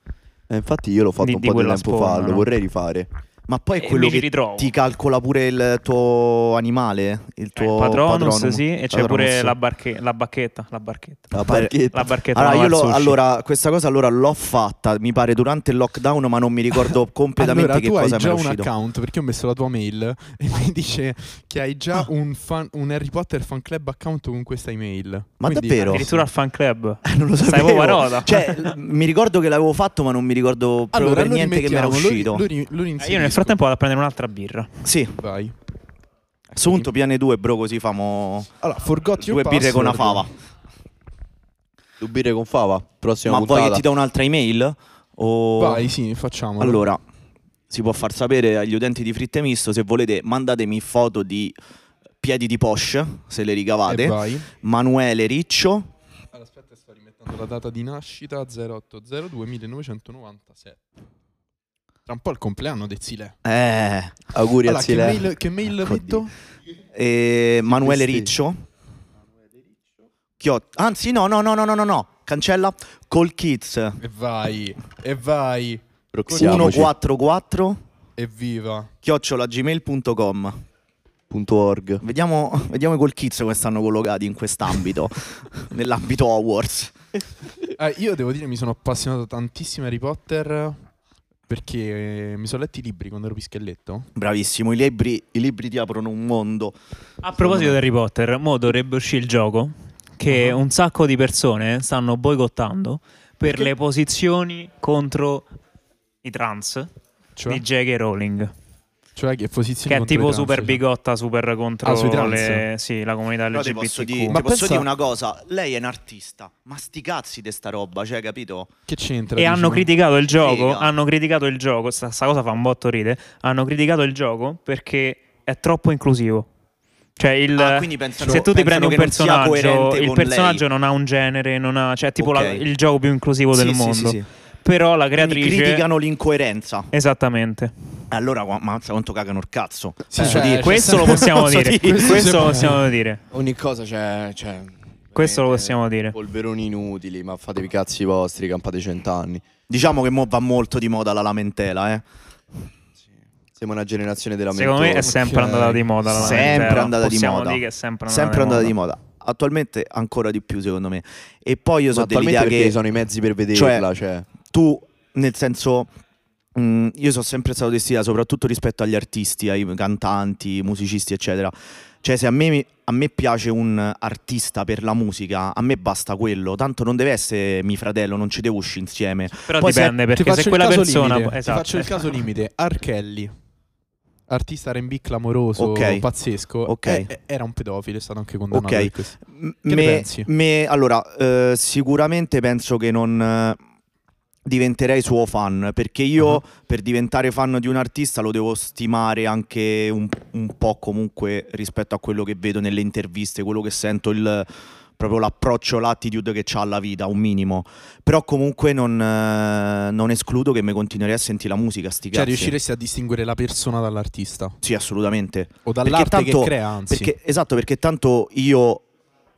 S3: Eh, infatti, io l'ho fatto
S2: Di-
S3: un
S2: di
S3: po' di
S2: quella
S3: tempo
S2: sponda,
S3: fa, lo
S2: no?
S3: vorrei rifare.
S4: Ma poi è
S2: E
S4: quello
S2: mi ci
S4: che
S2: ritrovo.
S4: ti calcola pure il tuo animale, il
S2: Cioè, il
S4: tuo
S2: Patronus,
S4: patronum.
S2: sì, e c'è
S4: Patronus. Ah,
S2: pure la, barche- la bacchetta, la barchetta.
S3: La barchetta.
S2: La barchetta.
S4: Allora,
S2: no,
S4: io
S2: al
S4: l'ho-
S2: sushi.
S4: allora, questa cosa allora l'ho fatta, mi pare, durante il lockdown, ma non mi ricordo completamente
S1: Allora,
S4: che
S1: tu hai
S4: cosa mi
S1: già
S4: era
S1: un
S4: uscito.
S1: account perché ho messo la tua mail e mi dice che hai già un, fan- un Harry Potter fan club account con questa email.
S4: Ma
S1: Quindi-
S4: davvero?
S2: Addirittura al fan club.
S4: Eh, non lo
S2: Stai
S4: sapevo.
S2: proprio Eh, parola.
S4: Cioè, l- mi ricordo che l'avevo fatto, ma non mi ricordo proprio
S1: Allora,
S4: per
S1: lo
S4: niente che mi era
S1: rimettiamo, lo ri-
S4: uscito.
S1: lo ri- lo
S2: Eh, io nel
S1: reinserisco.
S2: frattempo vado a prendere un'altra birra.
S4: Sì,
S1: Vai.
S4: assunto piane 2, bro, così famo
S1: Allora, forgot your
S4: due birre con una fava.
S1: password.
S3: Dubire con Fava. Prossima
S4: Ma vuoi
S3: puntata.
S4: che ti do un'altra email? O...
S1: Vai, sì, facciamo.
S4: Allora, si può far sapere agli utenti di Fritte Misto, se volete mandatemi foto di piedi di Porsche, se le
S1: E
S4: ricavate,
S1: vai.
S4: Manuele Riccio,
S1: aspetta, sto rimettendo. Tanto La data di nascita 0802 1997. Tra un po' il compleanno del Zile.
S4: Eh,
S3: Auguri
S1: Allora,
S3: a
S1: che
S3: Zile.
S1: mail, che mail
S3: Ecco
S1: metto?
S4: eh, Manuele
S3: Sì.
S4: Riccio. Chiot- Anzi, no, no, no, no, no, no, no. Cancella Call Kids
S1: E vai, e vai,
S3: Proxiamoci.
S4: 144
S1: evviva.
S4: chiocciolagmail.com.
S3: org.
S4: Vediamo, vediamo i Call Kids come stanno collocati in quest'ambito, nell'ambito Awards.
S1: Eh, io devo dire mi sono appassionato tantissimo a Harry Potter perché eh, mi sono letti i libri quando ero pischelletto.
S4: Bravissimo, i libri, i libri ti aprono un mondo.
S2: A proposito di Harry Potter, mo dovrebbe uscire il gioco
S1: Ah.
S2: che un sacco di persone stanno boicottando per le posizioni contro i trans
S1: Cioè,
S2: di J.K. Rowling,
S1: cioè che posizioni
S2: che è
S1: contro i
S2: tipo
S1: trans,
S2: super
S1: cioè.
S2: bigotta, super contro
S1: Ah, sui trans?
S2: le- sì, la comunità
S4: Però ti posso, di- ti
S2: LGBTQ.
S1: Ma
S4: posso
S1: pensa-
S4: dire una cosa, lei è un artista, ma sti cazzi di sta roba, cioè, capito?
S1: Che c'entra? diciamo?
S2: E
S1: dici?
S2: hanno criticato il gioco,
S4: Figa.
S2: hanno criticato il gioco, sta, sta cosa fa un botto ride, hanno criticato il gioco perché è troppo inclusivo. Cioè il,
S4: Ah, quindi pensano-
S2: se tu ti prendi
S4: pensano
S2: un
S4: che non sia
S2: personaggio,
S4: coerente
S2: il
S4: con
S2: personaggio
S4: lei.
S2: non ha un genere, non ha, cioè è tipo la-
S4: Ok.
S2: il gioco più inclusivo del
S4: Sì, sì,
S2: mondo.
S4: sì, sì.
S2: Però la
S4: Quindi
S2: creatrice
S4: criticano Eh, l'incoerenza.
S2: Esattamente.
S4: Allora, gu- mazza quanto cagano il cazzo.
S1: Sì,
S4: Posso
S1: cioè,
S4: dire?
S1: c'è
S2: Questo lo
S1: sempre-
S2: possiamo
S4: Posso
S2: dire.
S4: dire?
S1: Questo
S2: Questo
S1: sempre-
S2: lo possiamo dire.
S3: Ogni cosa c'è. c'è
S2: Questo lo
S3: veramente
S2: possiamo dire.
S3: Polveroni inutili, ma fatevi i cazzi vostri, campate cent'anni.
S4: Diciamo che mo va molto di moda la lamentela, eh.
S3: Siamo una generazione della
S2: Secondo me è sempre
S1: Ok.
S2: andata di moda la
S4: Sempre
S2: lamentela.
S4: andata
S2: cioè,
S4: di
S2: Possiamo
S4: moda.
S2: dire che è sempre andata,
S4: Sempre andata di moda. Attualmente ancora di più, secondo me. E poi io so dell'idea
S3: attualmente
S4: che
S3: perché sono i mezzi per vederla, cioè,
S4: tu, nel senso, mh, io sono sempre stato destinata, soprattutto rispetto agli artisti, ai cantanti, musicisti, eccetera. Cioè, se a me, mi- a me piace un artista per la musica, a me basta quello. Tanto non deve essere mio fratello, non ci devo uscire insieme.
S2: Però
S4: Poi se-
S2: dipende
S1: Ti
S2: perché
S1: faccio
S2: se
S1: il
S2: quella
S1: caso
S2: persona
S1: limite, ti
S2: esatto.
S1: faccio il caso limite. Archelli, artista R&B clamoroso,
S4: Ok.
S1: pazzesco.
S4: Ok.
S1: e- e- era un pedofilo, è stato anche condannato
S4: Ok.
S1: per questo. Cioè,
S4: M-
S1: Che ne pensi?
S4: me- allora, eh, sicuramente penso che non eh, diventerei suo fan, perché io
S1: Ah.
S4: per diventare fan di un artista lo devo stimare anche un, un po' comunque rispetto a quello che vedo nelle interviste, quello che sento, il, proprio l'approccio, l'attitude che ha alla vita, un minimo. Però comunque non, eh, non escludo che mi continuerei a sentire la musica, sti
S1: Cioè
S4: cazzi.
S1: riusciresti a distinguere la persona dall'artista
S4: Sì, assolutamente.
S1: o dall'arte
S4: tanto-
S1: che crea, anzi.
S4: Perché, esatto, perché tanto io,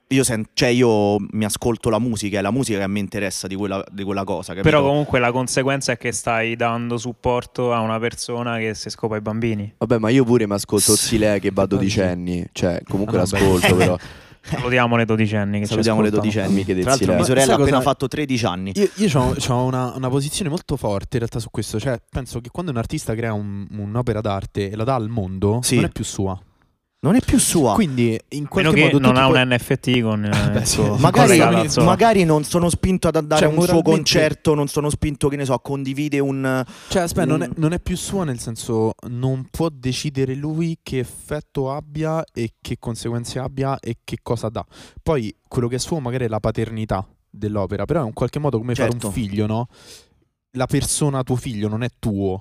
S4: io, sen- cioè io mi ascolto la musica, è la musica che mi interessa di quella, di quella cosa. Capito?
S2: Però comunque la conseguenza è che stai dando supporto a una persona che si scopa i bambini.
S3: vabbè, ma io pure mi ascolto
S4: Sì.
S3: Zile che va a dodicenni, cioè, comunque
S1: Ah, vabbè.
S3: l'ascolto però. Cioè,
S2: Salutiamo le dodicenni che ci
S4: Salutiamo le
S2: ascoltano.
S4: dodicenni.
S3: Amiche del
S4: Tra l'altro,
S3: Sile.
S4: Cioè, mia
S1: Ma
S4: sorella ha
S1: sai
S4: appena
S1: cosa-
S4: fatto 13 anni.
S1: Io, ho, una, una posizione molto forte in realtà su questo, cioè penso che quando un artista crea un- un'opera d'arte e la dà al mondo,
S4: Sì.
S1: non è più sua.
S4: Non è più sua.
S1: Quindi in
S2: A meno
S1: qualche
S2: che
S1: modo tu
S2: non
S1: ti
S2: ha
S1: puoi-
S2: un NFT con eh,
S1: beh,
S2: il
S1: sì.
S2: suo-
S4: Magari,
S2: collegato
S1: Collegata,
S2: al suo-
S4: magari non sono spinto ad andare
S1: Cioè,
S4: a un suo
S1: moralmente-
S4: concerto, non sono spinto, che ne so, a condivide un.
S1: Cioè, aspetta, non, è,
S4: Mm.
S1: non è più sua nel senso non può decidere lui che effetto abbia e che conseguenze abbia e che cosa dà. Poi quello che è suo magari è la paternità dell'opera, però è in qualche modo come fare
S4: Certo.
S1: un figlio, no? La persona tuo figlio non è tuo.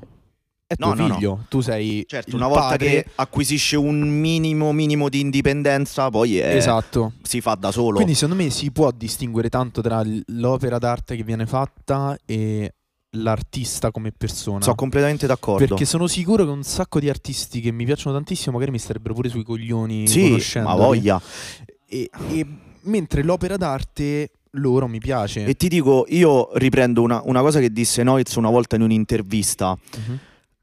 S1: È
S4: No,
S1: tuo
S4: no, no.
S1: figlio, tu sei
S4: Certo,
S1: il
S4: una volta
S1: padre.
S4: che acquisisce un minimo minimo di indipendenza, poi è-
S1: Esatto.
S4: si fa da solo.
S1: Quindi secondo me si può distinguere tanto tra l- l'opera d'arte che viene fatta e l'artista come persona.
S4: Sono completamente d'accordo.
S1: Perché sono sicuro che un sacco di artisti che mi piacciono tantissimo magari mi starebbero pure sui coglioni
S4: sì, ma
S1: conoscendoli.
S4: voglia.
S1: E, e mentre l'opera d'arte loro mi piace.
S4: E ti dico, io riprendo una, una cosa che disse Noiz una volta in un'intervista.
S1: Mhm.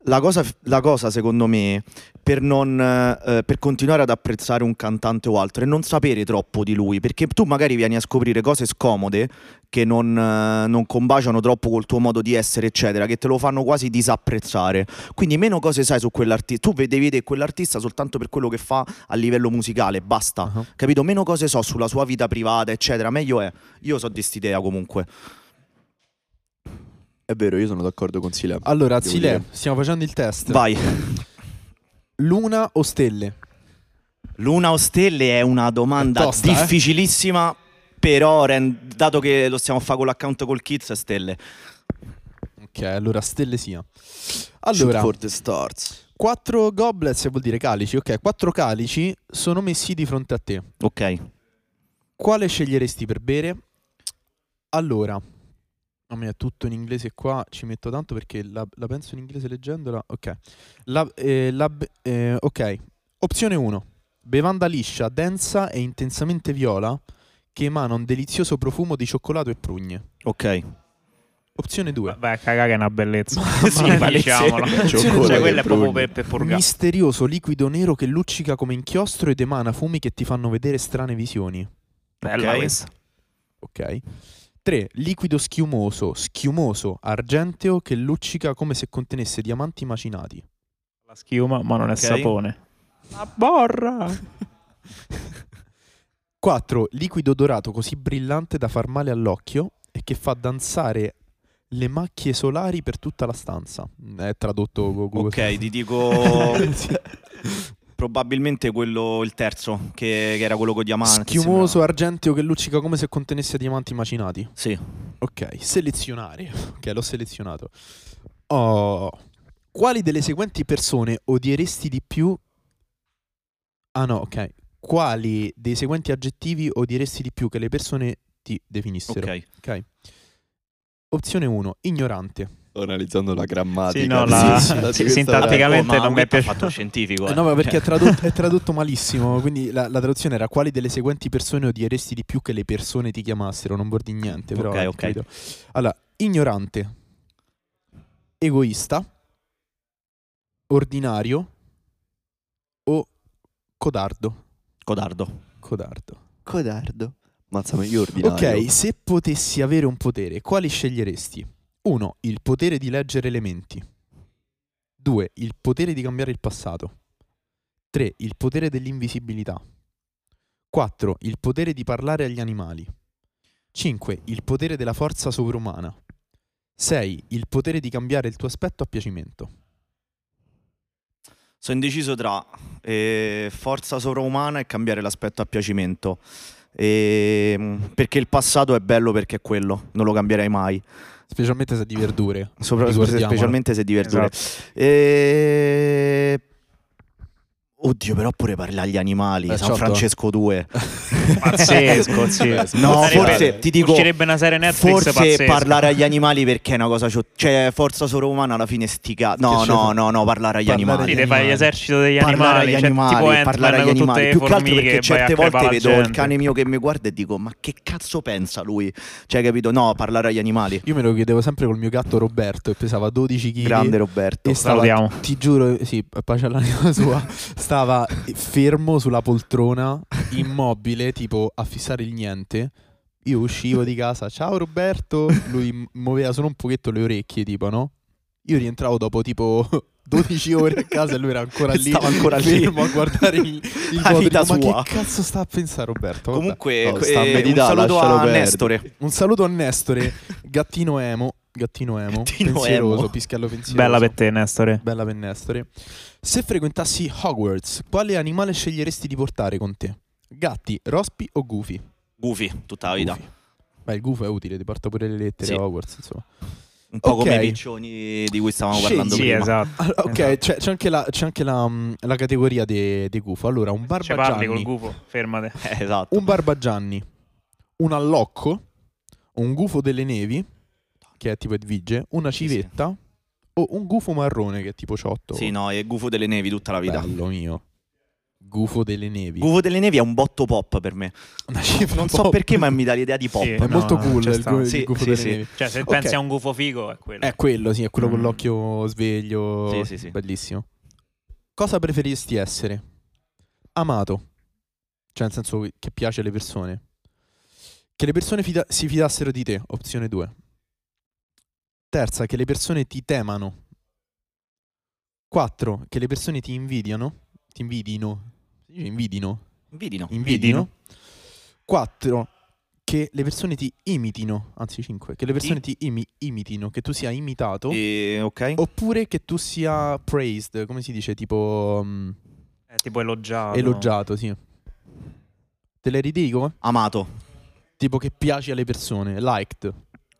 S4: La cosa, la cosa, secondo me, per, non, eh, per continuare ad apprezzare un cantante o altro, è non sapere troppo di lui, perché tu magari vieni a scoprire cose scomode che non, eh, non combaciano troppo col tuo modo di essere, eccetera, che te lo fanno quasi disapprezzare. Quindi meno cose sai su quell'artista, tu ve- devi vedere quell'artista soltanto per quello che fa a livello musicale, basta.
S1: Ah,
S4: Capito? Meno cose so sulla sua vita privata, eccetera, meglio è. Io so di st'idea comunque.
S3: È vero, io sono d'accordo con Sile.
S1: Allora,
S3: Devo
S1: Zile,
S3: dire.
S1: stiamo facendo il test.
S4: Vai.
S1: Luna o stelle?
S4: Luna o stelle è una domanda
S1: È tosta, eh?
S4: difficilissima, però ren- dato che lo stiamo a fare con l'account col Kids, stelle.
S1: Ok, allora stelle sia.
S3: Shoot
S1: Allora,
S3: for the stars.
S1: quattro goblets vuol dire calici, ok? Quattro calici sono messi di fronte a te.
S4: Ok.
S1: Quale sceglieresti per bere? Allora, a me è tutto in inglese qua, ci metto tanto perché la, la penso in inglese leggendola. Ok. La- eh, la be- eh, ok. Opzione 1. Bevanda liscia, densa e intensamente viola che emana un delizioso profumo di cioccolato e prugne.
S4: Ok.
S1: Opzione 2.
S2: Vai a cagare che è una bellezza.
S1: ma
S2: sì,
S1: palese.
S2: diciamolo.
S1: Cioccolato
S2: Cioè,
S1: e
S2: quella è proprio
S3: prugne.
S2: per, per purgare.
S1: Misterioso liquido nero che luccica come inchiostro ed emana fumi che ti fanno vedere strane visioni.
S2: Bella
S4: Ok.
S2: questa.
S1: Ok. 3. Liquido schiumoso, schiumoso, argenteo che luccica come se contenesse diamanti macinati.
S2: La schiuma, ma non è
S4: Ok.
S2: sapone. La borra.
S1: 4. Liquido dorato così brillante da far male all'occhio e che fa danzare le macchie solari per tutta la stanza. Mm, È tradotto con Google.
S4: Ok, ti dico
S1: Sì.
S4: probabilmente quello, il terzo, che, che era quello con diamanti.
S1: Schiumoso, eh?
S4: sembrava.
S1: argenteo che luccica come se contenesse diamanti macinati.
S4: Sì.
S1: Ok, selezionare. Ok, l'ho selezionato. Oh. Quali delle seguenti persone odieresti di più? Ah no, ok. Quali dei seguenti aggettivi odieresti di più che le persone ti definissero?
S4: Ok.
S1: Ok. Opzione 1, ignorante.
S3: Sto analizzando la grammatica.
S2: Sì, no,
S3: di
S2: la-
S3: questa- di
S2: sì,
S3: questa-
S2: sintattica- Praticamente
S4: ma
S2: non mi è
S4: questo ha
S2: piaciuto.
S4: fatto scientifico.
S1: Eh
S4: eh.
S1: no, ma perché è
S4: Cioè,
S1: tradotto, è tradotto malissimo, quindi la, la traduzione era quali delle seguenti persone odieresti di più che le persone ti chiamassero, non vuol dire niente, però
S4: Ok,
S1: eh,
S4: ok.
S1: capito. Allora, ignorante, egoista, ordinario o codardo.
S4: Codardo.
S1: Codardo.
S3: Codardo. Mazza, ma io ordinario.
S1: Ok, se potessi avere un potere, quali sceglieresti? 1. Il potere di leggere elementi. 2. Il potere di cambiare il passato. 3. Il potere dell'invisibilità. 4. Il potere di parlare agli animali. 5. Il potere della forza sovrumana. 6. Il potere di cambiare il tuo aspetto a piacimento.
S4: Sono indeciso tra eh, forza sovraumana e cambiare l'aspetto a piacimento. Ehm, perché il passato è bello perché è quello, non lo cambierei mai.
S1: Specialmente se di verdure.
S4: Sopra-
S1: Ricordiamolo.
S4: specialmente se di verdure. E- Oddio, però pure parla agli animali.
S1: Eh,
S4: San
S1: certo.
S4: Francesco 2.
S2: Pazzesco, sì.
S4: No,
S2: Sarebbe-
S4: forse ti dico.
S2: Uscirebbe una serie Netflix
S4: Forse
S2: pazzesca.
S4: parlare agli animali perché è una cosa. cio- Cioè, forza sovraumana alla fine stica. No,
S1: Che
S4: no,
S1: c'è-
S4: no, no, parlare agli
S1: Parlare
S4: animali.
S2: Sì, devi fare
S1: animali.
S2: l'esercito degli
S4: parlare
S2: animali,
S4: agli
S2: cioè,
S4: animali,
S2: tipo Ant-Man
S4: parlare agli
S2: con tutte
S4: animali.
S2: le
S4: Più che altro
S2: formiche
S4: perché
S2: vai a
S4: certe
S2: crepare
S4: volte
S2: la
S4: vedo il
S2: gente.
S4: cane mio che mi guarda e dico: Ma che cazzo pensa lui? Cioè, capito? No, parlare agli animali.
S1: Io me lo chiedevo sempre col mio gatto Roberto, che pesava 12 kg.
S4: Grande Roberto.
S1: E stava,
S2: Salutiamo.
S1: ti giuro, sì, pace all'anima sua, stava fermo sulla poltrona, immobile, tipo a fissare il niente. Io uscivo di casa, ciao Roberto, lui m- muoveva solo un pochetto le orecchie, tipo, no? Io rientravo dopo tipo 12 ore a casa e lui era ancora lì,
S4: Stava ancora lì.
S1: fermo a guardare il, il
S4: La
S1: vuoto.
S4: vita
S1: Dico, Ma
S4: sua."
S1: che cazzo sta a pensare Roberto? Vabbè.
S4: Comunque,
S3: No,
S4: eh,
S3: sta a
S4: un
S3: meditare,
S4: saluto
S3: lascialo
S4: a
S3: perdere.
S4: Nestore.
S1: Un saluto a Nestore, gattino emo, gattino emo,
S4: Gattino
S1: pensieroso,
S4: emo.
S1: pischiello pensieroso.
S2: Bella per te, Nestore.
S1: Bella per Nestore. Se frequentassi Hogwarts, quale animale sceglieresti di portare con te? Gatti, rospi o gufi?
S4: Goofy, tutta la vita.
S1: Gufi. Beh, il gufo è utile, ti porta pure le lettere
S4: Sì.
S1: a Hogwarts, insomma.
S4: Un po'
S1: Ok.
S4: come i piccioni di cui stavamo parlando
S2: Sì,
S4: prima.
S2: esatto.
S1: Allora, Ah, ok, cioè,
S2: Esatto.
S1: c'è, c'è anche la, c'è anche la, mm, la categoria dei de gufo. Allora,
S4: Cioè,
S1: un
S2: Ci parli col
S1: barbagianni,
S2: gufo, fermate.
S4: Eh, esatto.
S1: un barbagianni, un allocco, un gufo delle nevi, che è tipo Edvige, una
S4: Sì,
S1: civetta o un gufo marrone che è tipo ciotto.
S4: Sì, no, è Gufo delle Nevi tutta la vita.
S1: Bello mio. Gufo delle nevi.
S4: Gufo delle Nevi è un botto pop per me.
S1: Una cifra
S4: Non so
S1: proprio-
S4: perché, ma mi dà l'idea di pop.
S2: Sì.
S1: È
S2: No,
S1: molto
S2: no,
S1: cool
S2: c'è
S1: il,
S2: stato.
S1: gu- il
S4: Sì,
S1: gufo
S4: sì,
S1: delle
S4: sì.
S1: nevi.
S2: Cioè, se
S1: Ok.
S2: pensi a un gufo figo, è quello.
S1: È
S4: Ecco.
S1: quello, sì, è quello con
S2: Mm.
S1: l'occhio sveglio.
S4: Sì, sì, sì.
S1: Bellissimo. Cosa preferiresti essere? Amato. Cioè, nel senso che- che piace alle persone. Che le persone fida- si fidassero di te, opzione 2. Terza, che le persone ti temano. 4. Che le persone ti invidiano. Ti invidino. Si dice invidino.
S4: Vedi no.
S1: Invidino. 4. Che le persone ti imitino, anzi 5, che le persone ti imi- imitino, che tu sia imitato,
S4: E- ok.
S1: Oh. oppure che tu sia praised, come si dice, tipo mm,
S2: È tipo elogiato.
S1: elogiato, sì. Te le ridico?
S4: Amato.
S1: Tipo che piaci alle persone, liked.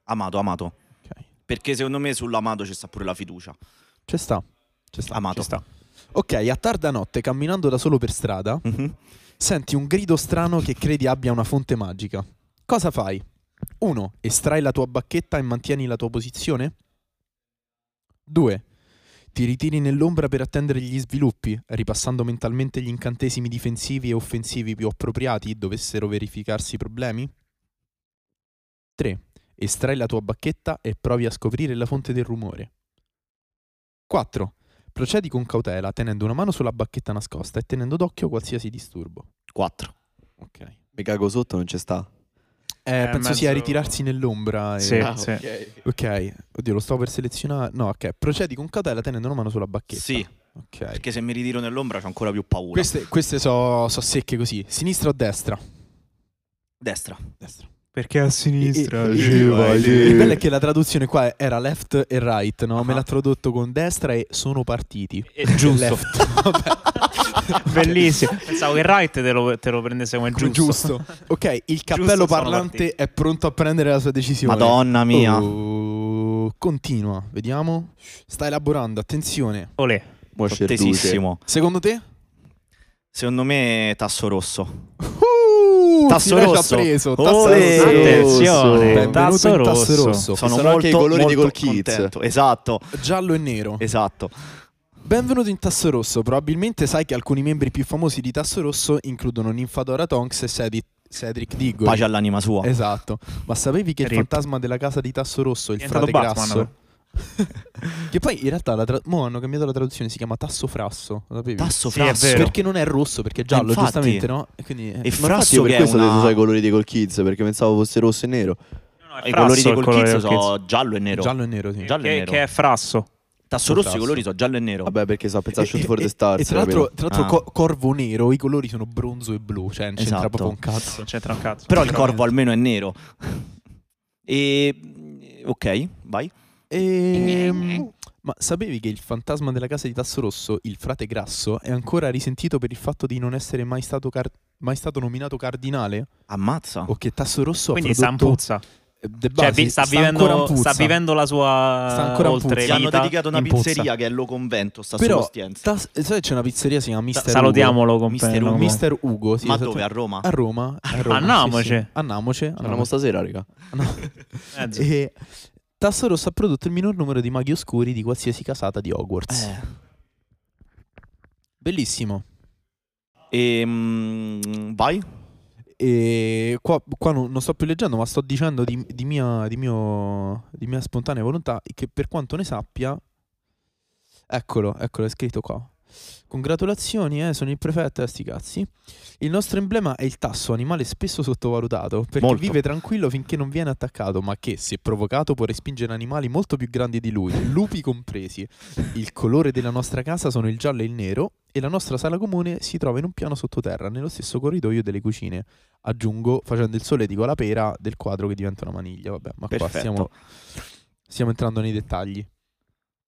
S4: Amato, amato.
S1: Ok.
S4: Perché secondo me sull'amato ci sta pure la fiducia.
S1: Ci sta. Ci sta.
S4: Amato.
S1: ci sta. Ok, a tarda notte, camminando da solo per strada,
S4: Mhm.
S1: senti un grido strano che credi abbia una fonte magica. Cosa fai? 1. Estrai la tua bacchetta e mantieni la tua posizione. 2. Ti ritiri nell'ombra per attendere gli sviluppi, ripassando mentalmente gli incantesimi difensivi e offensivi più appropriati dovessero verificarsi problemi. 3. Estrai la tua bacchetta e provi a scoprire la fonte del rumore. 4. Procedi con cautela, tenendo una mano sulla bacchetta nascosta e tenendo d'occhio qualsiasi disturbo.
S3: 4.
S1: Ok.
S3: Mi cago sotto, non ci sta.
S1: Eh,
S2: Eh,
S1: penso sia
S2: mezzo-
S1: ritirarsi nell'ombra. e-
S2: Sì,
S3: Ah,
S2: sì.
S3: ok.
S1: Ok, oddio, lo stavo per selezionare. No, ok, procedi con cautela tenendo una mano sulla bacchetta.
S4: Sì,
S1: Ok.
S4: perché se mi ritiro nell'ombra c'ho ancora più paura.
S1: Queste, queste so, so secche così. Sinistra o destra?
S4: Destra.
S1: Destra.
S2: Perché a
S1: E- e-
S3: sì, vai, sì.
S1: Il bello è che la traduzione qua era left e right, no? Me
S4: Ah.
S1: l'ha tradotto con destra e sono partiti.
S2: giusto.
S1: Left. Vabbè.
S2: Bellissimo. Pensavo che il right te lo, te lo prendesse come
S1: Come
S2: giusto.
S1: Giusto. Ok, il cappello
S2: Giusto, sono
S1: parlante è pronto a prendere la sua decisione.
S4: Madonna mia.
S1: Oh, continua, vediamo. Sta elaborando, attenzione.
S2: Olè.
S3: Mo'
S4: Sono
S3: scerduce.
S4: tesissimo.
S1: Secondo te?
S4: Secondo me tasso rosso.
S1: Uh,
S4: Tasso
S1: Silvia ci ha
S4: rosso.
S1: preso, tasso
S4: Olè.
S1: rosso.
S2: Attenzione,
S1: Benvenuto
S2: tasso
S1: in tasso
S2: rosso.
S1: rosso.
S4: Sono
S3: sono
S4: molto,
S3: anche i colori dei
S4: molto
S3: Goal Kids.
S4: contento. Esatto,
S1: Giallo e nero.
S4: esatto.
S1: Benvenuto in Tasso Rosso. Probabilmente sai che alcuni membri più famosi di Tasso Rosso includono Ninfadora Tonks e Cedi- Cedric Diggory.
S4: Pace all'anima sua.
S1: Esatto. Ma sapevi che il
S2: Rip.
S1: fantasma della casa di Tasso Rosso, il
S2: Diventato
S1: frate
S2: Batman,
S1: grasso. che poi in realtà la tra- mo hanno cambiato la traduzione, si chiama Tasso Frasso. Lo sapevi?
S4: Tasso
S2: Sì, è
S4: frasso.
S2: vero.
S1: perché non è rosso, perché è giallo,
S4: Infatti.
S1: giustamente, no? E quindi eh,
S4: E
S3: Ma infatti
S4: frasso
S3: io per
S4: che è
S3: questo ho detto
S4: una...
S3: sai i colori dei Goal Kids, perché pensavo fosse rosso e nero.
S4: I colori dei Goal Kids
S2: del
S4: sono giallo e nero.
S1: giallo e nero, sì.
S4: Giallo e
S2: che,
S4: nero.
S2: che è frasso.
S4: Tasso rosso
S1: Tasso.
S4: i colori sono giallo e nero.
S3: Vabbè, perché so, pensavo a Shoot
S1: E-
S3: for
S1: e-
S3: the Stars.
S1: E tra l'altro, tra l'altro
S4: Ah.
S1: co- corvo nero, i colori sono bronzo e blu, cioè non c'entra
S4: Esatto.
S1: proprio un cazzo.
S2: Non c'entra un cazzo.
S4: Però il corvo almeno è nero. E... Ok, vai.
S1: Ehm, Ma sapevi che il fantasma della casa di Tasso Rosso, il frate grasso, è ancora risentito per il fatto di non essere mai stato, car- mai stato nominato cardinale?
S4: Ammazza.
S1: O che Tasso Rosso
S2: Quindi
S1: ha
S2: sta in
S1: prodotto...
S2: puzza.
S1: De
S2: Cioè,
S1: base,
S2: vi- sta,
S1: ancora in
S2: vivendo,
S1: puzza.
S2: sta vivendo la sua
S1: Sta ancora in
S2: oltre
S1: puzza.
S4: Gli hanno
S2: vita.
S4: dedicato una
S1: in puzza.
S4: pizzeria che è lo convento, sta
S1: Però,
S4: su Costienza.
S1: Tas- sai c'è una pizzeria, si chiama
S2: Sa-
S1: Mister Ugo.
S2: Salutiamolo,
S4: Mister
S2: compagno.
S4: Ugo.
S1: Mister Ugo, sì,
S4: Ma
S1: esattamente.
S4: dove? A Roma?
S1: A Roma, a Roma, sì,
S2: Namoce.
S1: sì. A Namoce, a
S3: Andiamo
S1: Namoce.
S3: stasera, raga.
S2: Mezzo.
S1: E Tasso Rosso ha prodotto il minor numero di maghi oscuri di qualsiasi casata di Hogwarts.
S4: Eh.
S1: Bellissimo.
S4: Eh. Ehm, vai.
S1: E qua, qua non, non sto più leggendo, ma sto dicendo di, di mia, di mio- di mia spontanea volontà che per quanto ne sappia... Eccolo, eccolo, è scritto qua. Congratulazioni, eh, sono il prefetto, eh, sti cazzi. Il nostro emblema è il tasso, animale spesso sottovalutato, perché
S4: Molto.
S1: vive tranquillo finché non viene attaccato, ma che, se provocato, può respingere animali molto più grandi di lui, lupi compresi. Il colore della nostra casa sono il giallo e il nero, e la nostra sala comune si trova in un piano sottoterra, nello stesso corridoio delle cucine. Aggiungo, facendo il sole, dico la pera del quadro che diventa una maniglia. Vabbè, ma qua
S4: Perfetto.
S1: stiamo, stiamo entrando nei dettagli.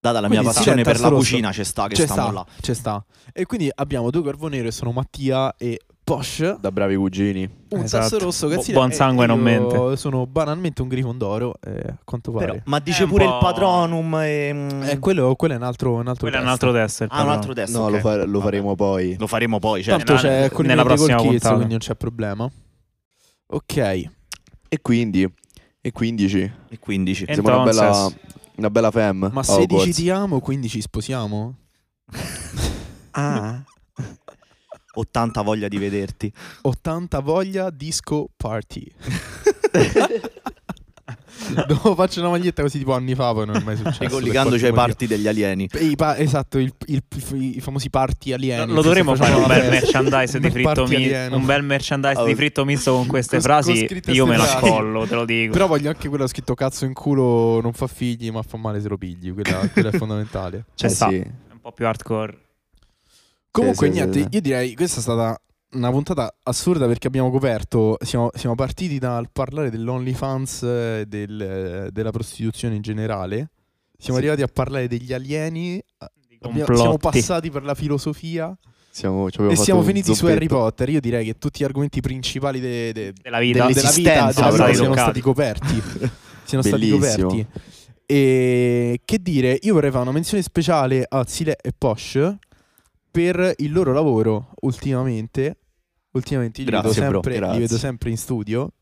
S4: Data la
S1: Quindi
S4: mia
S1: sì,
S4: passione
S1: dai,
S4: per
S1: Tasso
S4: la
S1: Rosso.
S4: cucina, c'è sta che
S1: C'è
S4: stiamo
S1: sta,
S4: là.
S1: c'è sta. E quindi abbiamo due corvo nero che sono Mattia e Posh.
S3: Da bravi cugini.
S1: Un
S2: Esatto.
S1: sasso rosso
S2: Bu-
S1: che si
S2: buon
S1: eh,
S2: sangue non
S1: io
S2: mente.
S1: Sono banalmente un grifondoro, eh, a quanto pare.
S4: Però- ma
S2: È
S4: dice
S2: un
S4: pure
S2: po'-
S4: il patronum. E, mm,
S1: Eh, quello, quello è un altro, un altro
S2: Quello è un
S1: testo.
S2: altro test. il
S4: ah, un
S2: padrone.
S4: altro testo.
S3: No,
S4: ok.
S3: lo, fa- lo
S4: Vabbè.
S3: faremo poi.
S4: Lo faremo poi. Cioè,
S1: Tanto
S2: nella-
S1: c'è con
S2: nella
S1: il
S2: prossima
S1: Kids,
S2: puntata.
S1: quindi non c'è problema. Ok,
S3: E quindi? E 15?
S4: e 15.
S2: E-
S3: Siamo una bella,
S2: Entonces.
S3: una bella fam. Oh,
S1: ma
S3: a
S1: 16
S3: Hogwarts.
S1: ti amo, 15 sposiamo?
S3: Ah.
S4: 80 voglia di vederti.
S1: 80 voglia disco party. Dopo faccio una maglietta così tipo anni fa, poi non è mai successo. per
S4: Ricollegandoci ai
S1: qualche motivo.
S4: cioè parti degli alieni.
S1: I pa- esatto, il- il- i famosi party alieni.
S2: Lo dovremmo fare un bel merchandise
S1: merchandise
S2: di fritto mi- un bel merchandise di
S3: Allora,
S2: fritto misto con queste
S1: con- con
S2: frasi.
S1: scritte
S2: Io me
S1: ste
S2: la
S1: frasi.
S2: collo, te lo dico.
S1: Però voglio anche quello scritto cazzo in culo, non fa figli, ma fa male se lo pigli. Quella, quella è fondamentale.
S2: Cioè,
S3: Eh
S2: sta.
S3: sì.
S2: È un po' più hardcore.
S1: Comunque,
S3: sì, sì,
S1: niente,
S3: sì.
S1: io direi questa è stata una puntata assurda perché abbiamo coperto. Siamo, siamo partiti dal parlare dell'OnlyFans, eh, del, eh, della prostituzione in generale. Siamo
S3: Sì.
S1: arrivati a parlare degli alieni. eh, abbiamo-
S2: complotti.
S1: siamo passati per la filosofia
S3: Siamo, ci abbiamo
S1: e
S3: fatto
S1: siamo
S3: un
S1: finiti su
S3: zoppetto.
S1: Harry Potter. Io direi che tutti gli argomenti principali de- de-
S2: Della vita.
S1: della vita, della
S4: Dell'esistenza,
S1: vita
S4: stati
S1: siano
S2: toccati.
S1: stati coperti. siano stati
S3: Bellissimo.
S1: coperti. E che dire, io vorrei fare una menzione speciale a Zile e Posh per il loro lavoro ultimamente. Ultimamente, io li
S4: Grazie,
S1: vedo
S4: bro,
S1: sempre- li
S3: grazie.
S1: vedo sempre in studio.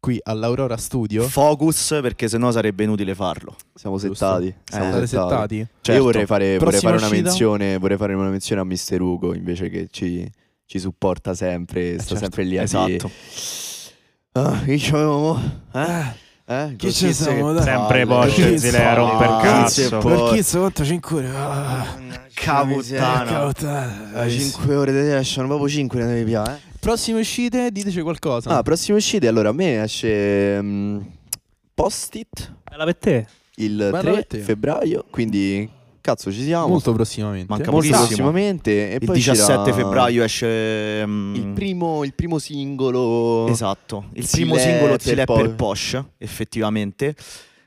S1: qui all'Aurora Studio.
S4: Eh, Focus, perché sennò sarebbe inutile farlo.
S3: Siamo
S1: Giusto.
S3: settati.
S1: Siamo
S3: eh,
S1: stati settati.
S4: Certo.
S3: Io vorrei fare, vorrei
S1: Prossima
S3: fare una
S1: uscita?
S3: menzione, vorrei fare una menzione a Mister Ugo invece che ci, ci supporta sempre,
S1: certo,
S3: sta sempre lì a
S4: esatto.
S3: Ah, chi ci avevamo mo? Eh? Eh?
S1: Chi ci siamo, dai?
S2: Sempre
S1: Porsche,
S2: Porsche,
S1: Chi
S2: Zile, a
S1: sono?
S2: romper
S1: Chi
S2: cazzo.
S3: Poi-
S1: Porchizzo, 85 ore. Ah,
S4: Cavottana.
S1: cavottana.
S3: A 5 ore di escono proprio 5 ne devi piare. Eh?
S1: Prossime uscite, diteci qualcosa.
S3: Ah, prossime uscite, allora a me esce mm, Post-it
S2: Bella per te.
S3: il
S1: Bella
S3: 3
S1: te.
S3: febbraio, quindi cazzo ci siamo.
S1: Molto prossimamente.
S4: Manca
S3: Molto
S4: pochissimo.
S3: prossimamente. E
S4: Il
S3: poi
S4: 17
S3: uscirà
S4: febbraio esce... mm,
S3: Il primo, il primo singolo
S4: Esatto, il
S3: Zile
S4: primo singolo
S3: per
S4: Zile
S3: poi-
S4: per Posh, effettivamente.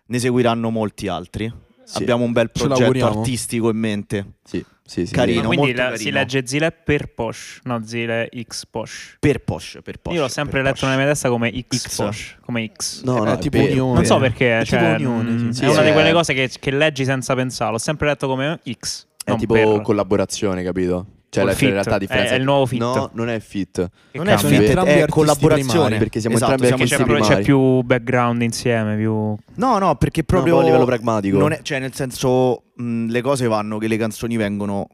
S4: Ne seguiranno molti altri.
S3: Sì.
S4: Abbiamo un bel
S1: Ce
S4: progetto
S1: l'auguriamo.
S4: artistico in mente.
S3: Sì, sì, sì.
S2: Ma
S4: Carino.
S2: quindi
S4: molto
S2: la-
S4: carino.
S2: si legge Zile per Posh, no Zile X Posh.
S4: Per Posh, per Posh.
S2: Io l'ho sempre
S4: per
S2: letto
S4: Posh.
S2: nella mia testa come X,
S4: X.
S2: Posh, come X.
S3: No, no,
S1: È
S3: è
S1: tipo
S3: vero,
S1: unione.
S2: Non so
S1: Bene.
S2: perché,
S1: È
S2: cioè,
S1: tipo unione, sì.
S2: mm, è
S3: Sì,
S2: una di
S3: è-
S2: quelle cose che, che leggi senza pensarlo. L'ho sempre letto come X.
S3: È
S2: non
S3: tipo
S2: per.
S3: collaborazione, capito? Cioè,
S2: Col
S3: la,
S2: fit.
S3: in realtà la differenza
S2: È- è il nuovo fit.
S3: No, non è fit.
S2: Che
S4: Non è
S2: cambia.
S1: Sono
S4: fit,
S1: entrambi
S4: è
S1: artisti
S4: collaborazione.
S1: primari,
S3: perché siamo
S4: Esatto,
S3: entrambi
S4: siamo
S3: artisti
S2: C'è,
S4: entrambi-
S2: pro-
S3: primari.
S2: c'è più background insieme, più
S4: No, no, perché proprio
S3: proprio a livello pragmatico.
S4: non è- cioè, nel senso, mh, le cose vanno che le canzoni vengono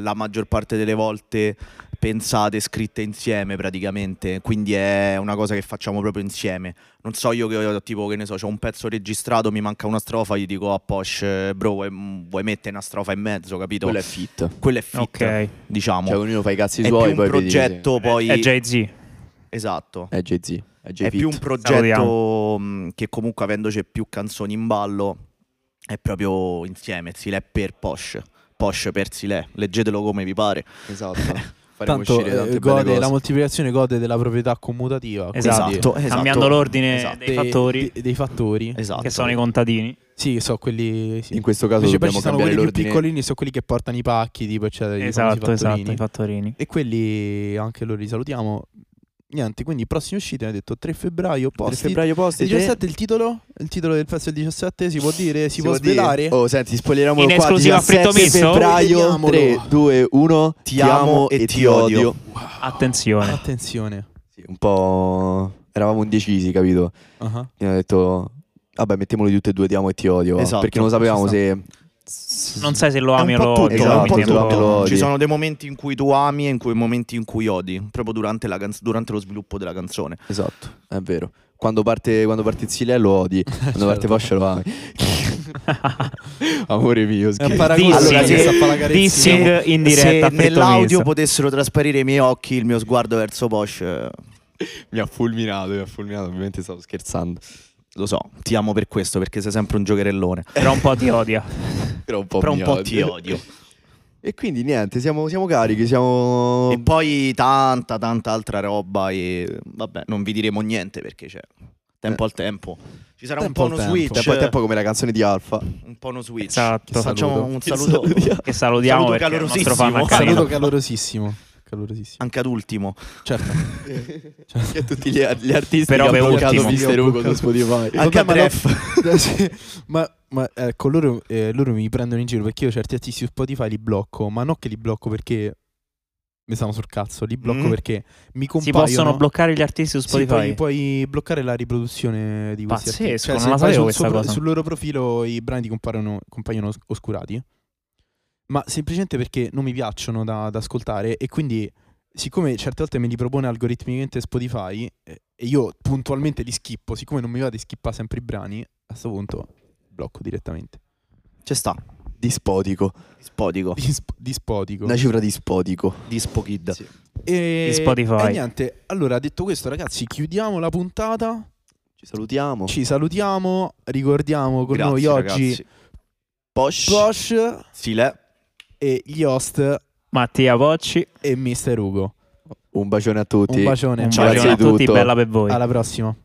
S4: la maggior parte delle volte pensate, scritte insieme praticamente. Quindi è una cosa che facciamo proprio insieme. Non so io che ho tipo, che ne so, c'ho un pezzo registrato, mi manca una strofa, gli dico a Posh, eh, bro, vuoi, vuoi mettere una strofa e mezzo, capito?
S3: Quello è fit.
S4: Quello è fit,
S2: Ok. Eh,
S4: diciamo.
S3: Cioè, ognuno fa i cazzi
S4: è
S3: suoi.
S4: più un
S3: poi vedi-
S4: progetto, poi...
S2: è Jay-Z.
S4: Esatto.
S3: È Jay-Z. È
S4: è
S3: Jay-Fit.
S4: più un progetto
S2: Salutiamo.
S4: mh, che comunque avendoci più canzoni in ballo è proprio insieme Silè per Posh Posh per Silè leggetelo come vi pare
S3: Esatto. Faremo
S1: Tanto
S3: uscire tante
S1: eh,
S3: belle
S1: gode,
S3: cose.
S1: la moltiplicazione gode della proprietà commutativa. quindi
S2: Esatto.
S4: esatto.
S2: Cambiando l'ordine
S4: Esatto.
S2: dei fattori,
S1: de- dei fattori.
S4: esatto
S2: che sono i contadini.
S1: Sì, che so quelli. Sì.
S3: In questo caso
S1: Invece poi
S3: dobbiamo
S1: ci sono quelli
S3: cambiare
S1: più
S3: l'ordine.
S1: piccolini, sono quelli che portano i pacchi, tipo eccetera, i famosi
S2: Esatto, esatto,
S1: fattorini.
S2: i fattorini.
S1: E quelli anche loro li salutiamo. Niente, quindi prossime uscite hanno detto 3 febbraio,
S3: 3
S1: posti.
S3: febbraio post
S1: 17 il titolo? Il titolo del fest del 17 si può dire, si, può
S3: dire?
S1: svelare?
S3: Oh, senti, spoileriamo
S2: In esclusiva a fritto misto?
S3: febbraio
S1: Vediamolo.
S3: 3 2 1
S4: Ti amo e ti odio. Ah,
S2: Attenzione.
S1: Attenzione.
S3: Sì, un po' eravamo indecisi, capito?
S1: Ah,
S3: Mi hanno detto vabbè, mettiamoli tutti e due ti amo e ti odio,
S4: Esatto,
S3: perché non
S1: ci
S3: sapevamo
S1: sta.
S3: se
S2: Non sai se lo
S4: È
S2: ami
S4: un
S2: o
S4: po'
S2: lo
S4: tutto,
S2: odi.
S3: esatto,
S4: è un po'
S2: quindi è un
S3: lo ami o
S4: tutto.
S2: po'-
S3: lo odi.
S4: ci sono dei momenti in cui tu ami e in quei momenti in cui odi proprio durante, la canz- durante lo sviluppo della canzone
S3: Esatto, è vero. Quando parte, quando parte il Zile lo odi, quando
S1: Certo.
S3: parte Poscia lo ami. Amore mio,
S1: È un
S3: scherzo.
S1: paragone
S2: Dissing.
S1: allora, che sta a fare la carezzina.
S2: Dissing in
S4: diciamo, se
S2: diretta a Fritto
S4: nell'audio
S2: Misto.
S4: potessero trasparire i miei occhi il mio sguardo verso Posh eh,
S3: mi ha fulminato, mi ha fulminato, ovviamente stavo scherzando.
S4: lo so ti amo per questo perché sei sempre un giocherellone
S2: Però un po' ti odia.
S3: Però un po',
S4: però un
S3: mi
S4: po' ti odio
S3: E quindi niente, siamo, siamo carichi, siamo...
S4: E poi tanta, tanta altra roba e vabbè, non vi diremo niente perché c'è tempo al tempo. Ci sarà
S1: Tempo
S4: un po'
S1: al tempo.
S4: uno switch,
S3: tempo al tempo come la canzone di Alfa.
S4: un po' uno switch.
S2: Esatto.
S4: Facciamo
S1: Saluto.
S4: un saluto
S2: Che salutiamo
S4: Saluto
S2: perché è il nostro
S4: calorosissimo.
S2: fan
S1: Un
S2: accanito.
S1: saluto calorosissimo. Calorosissimo.
S4: anche ad ultimo.
S1: Certo.
S3: Che tutti gli, gli artisti
S2: Però
S3: che
S2: per
S3: hanno bloccato
S2: ultimo.
S3: Mister Ugo su Spotify.
S1: Vabbè,
S4: Anche a
S1: ma no.
S4: Bref.
S1: Sì, ma, ma, ecco, loro, eh, loro mi prendono in giro perché io certi artisti su Spotify li blocco, ma non che li blocco perché mi stanno sul cazzo, li blocco
S4: Mm.
S1: perché mi
S2: Si
S1: compaiono.
S2: possono bloccare gli artisti su
S1: Sì, puoi,
S2: Spotify?
S1: puoi bloccare la riproduzione di questi
S2: Pazzesco,
S1: artisti. Cioè,
S2: non
S1: se
S2: la
S1: vai
S2: sapevo
S1: sul, suo
S2: questa
S1: pro-
S2: cosa.
S1: sul loro profilo i brani ti compaiono, compaiono os- oscurati. Ma semplicemente perché non mi piacciono da, da ascoltare e quindi siccome certe volte me li propone algoritmicamente Spotify eh, e io puntualmente li schippo, siccome non mi va di skippare sempre i brani, a questo punto blocco direttamente.
S4: Ci sta.
S3: Dispodico.
S4: Spodico.
S1: Disp- dispodico.
S3: Una cifra dispodico.
S4: Dispo Kid.
S3: Sì.
S1: E,
S2: di Spotify.
S1: E niente, allora detto questo ragazzi chiudiamo la puntata,
S3: Ci salutiamo.
S1: ci salutiamo, ricordiamo con
S4: Grazie,
S1: noi oggi...
S4: ragazzi. Posh.
S1: Bosch
S4: Sile.
S1: e gli host
S2: Mattia Bocci,
S1: e Mister Ugo.
S3: Un bacione a tutti.
S1: Un bacione.
S2: un
S3: Ciao,
S2: bacione
S3: grazie
S2: a
S3: di
S2: tutti,
S3: tutto.
S2: bella per voi.
S1: Alla prossima.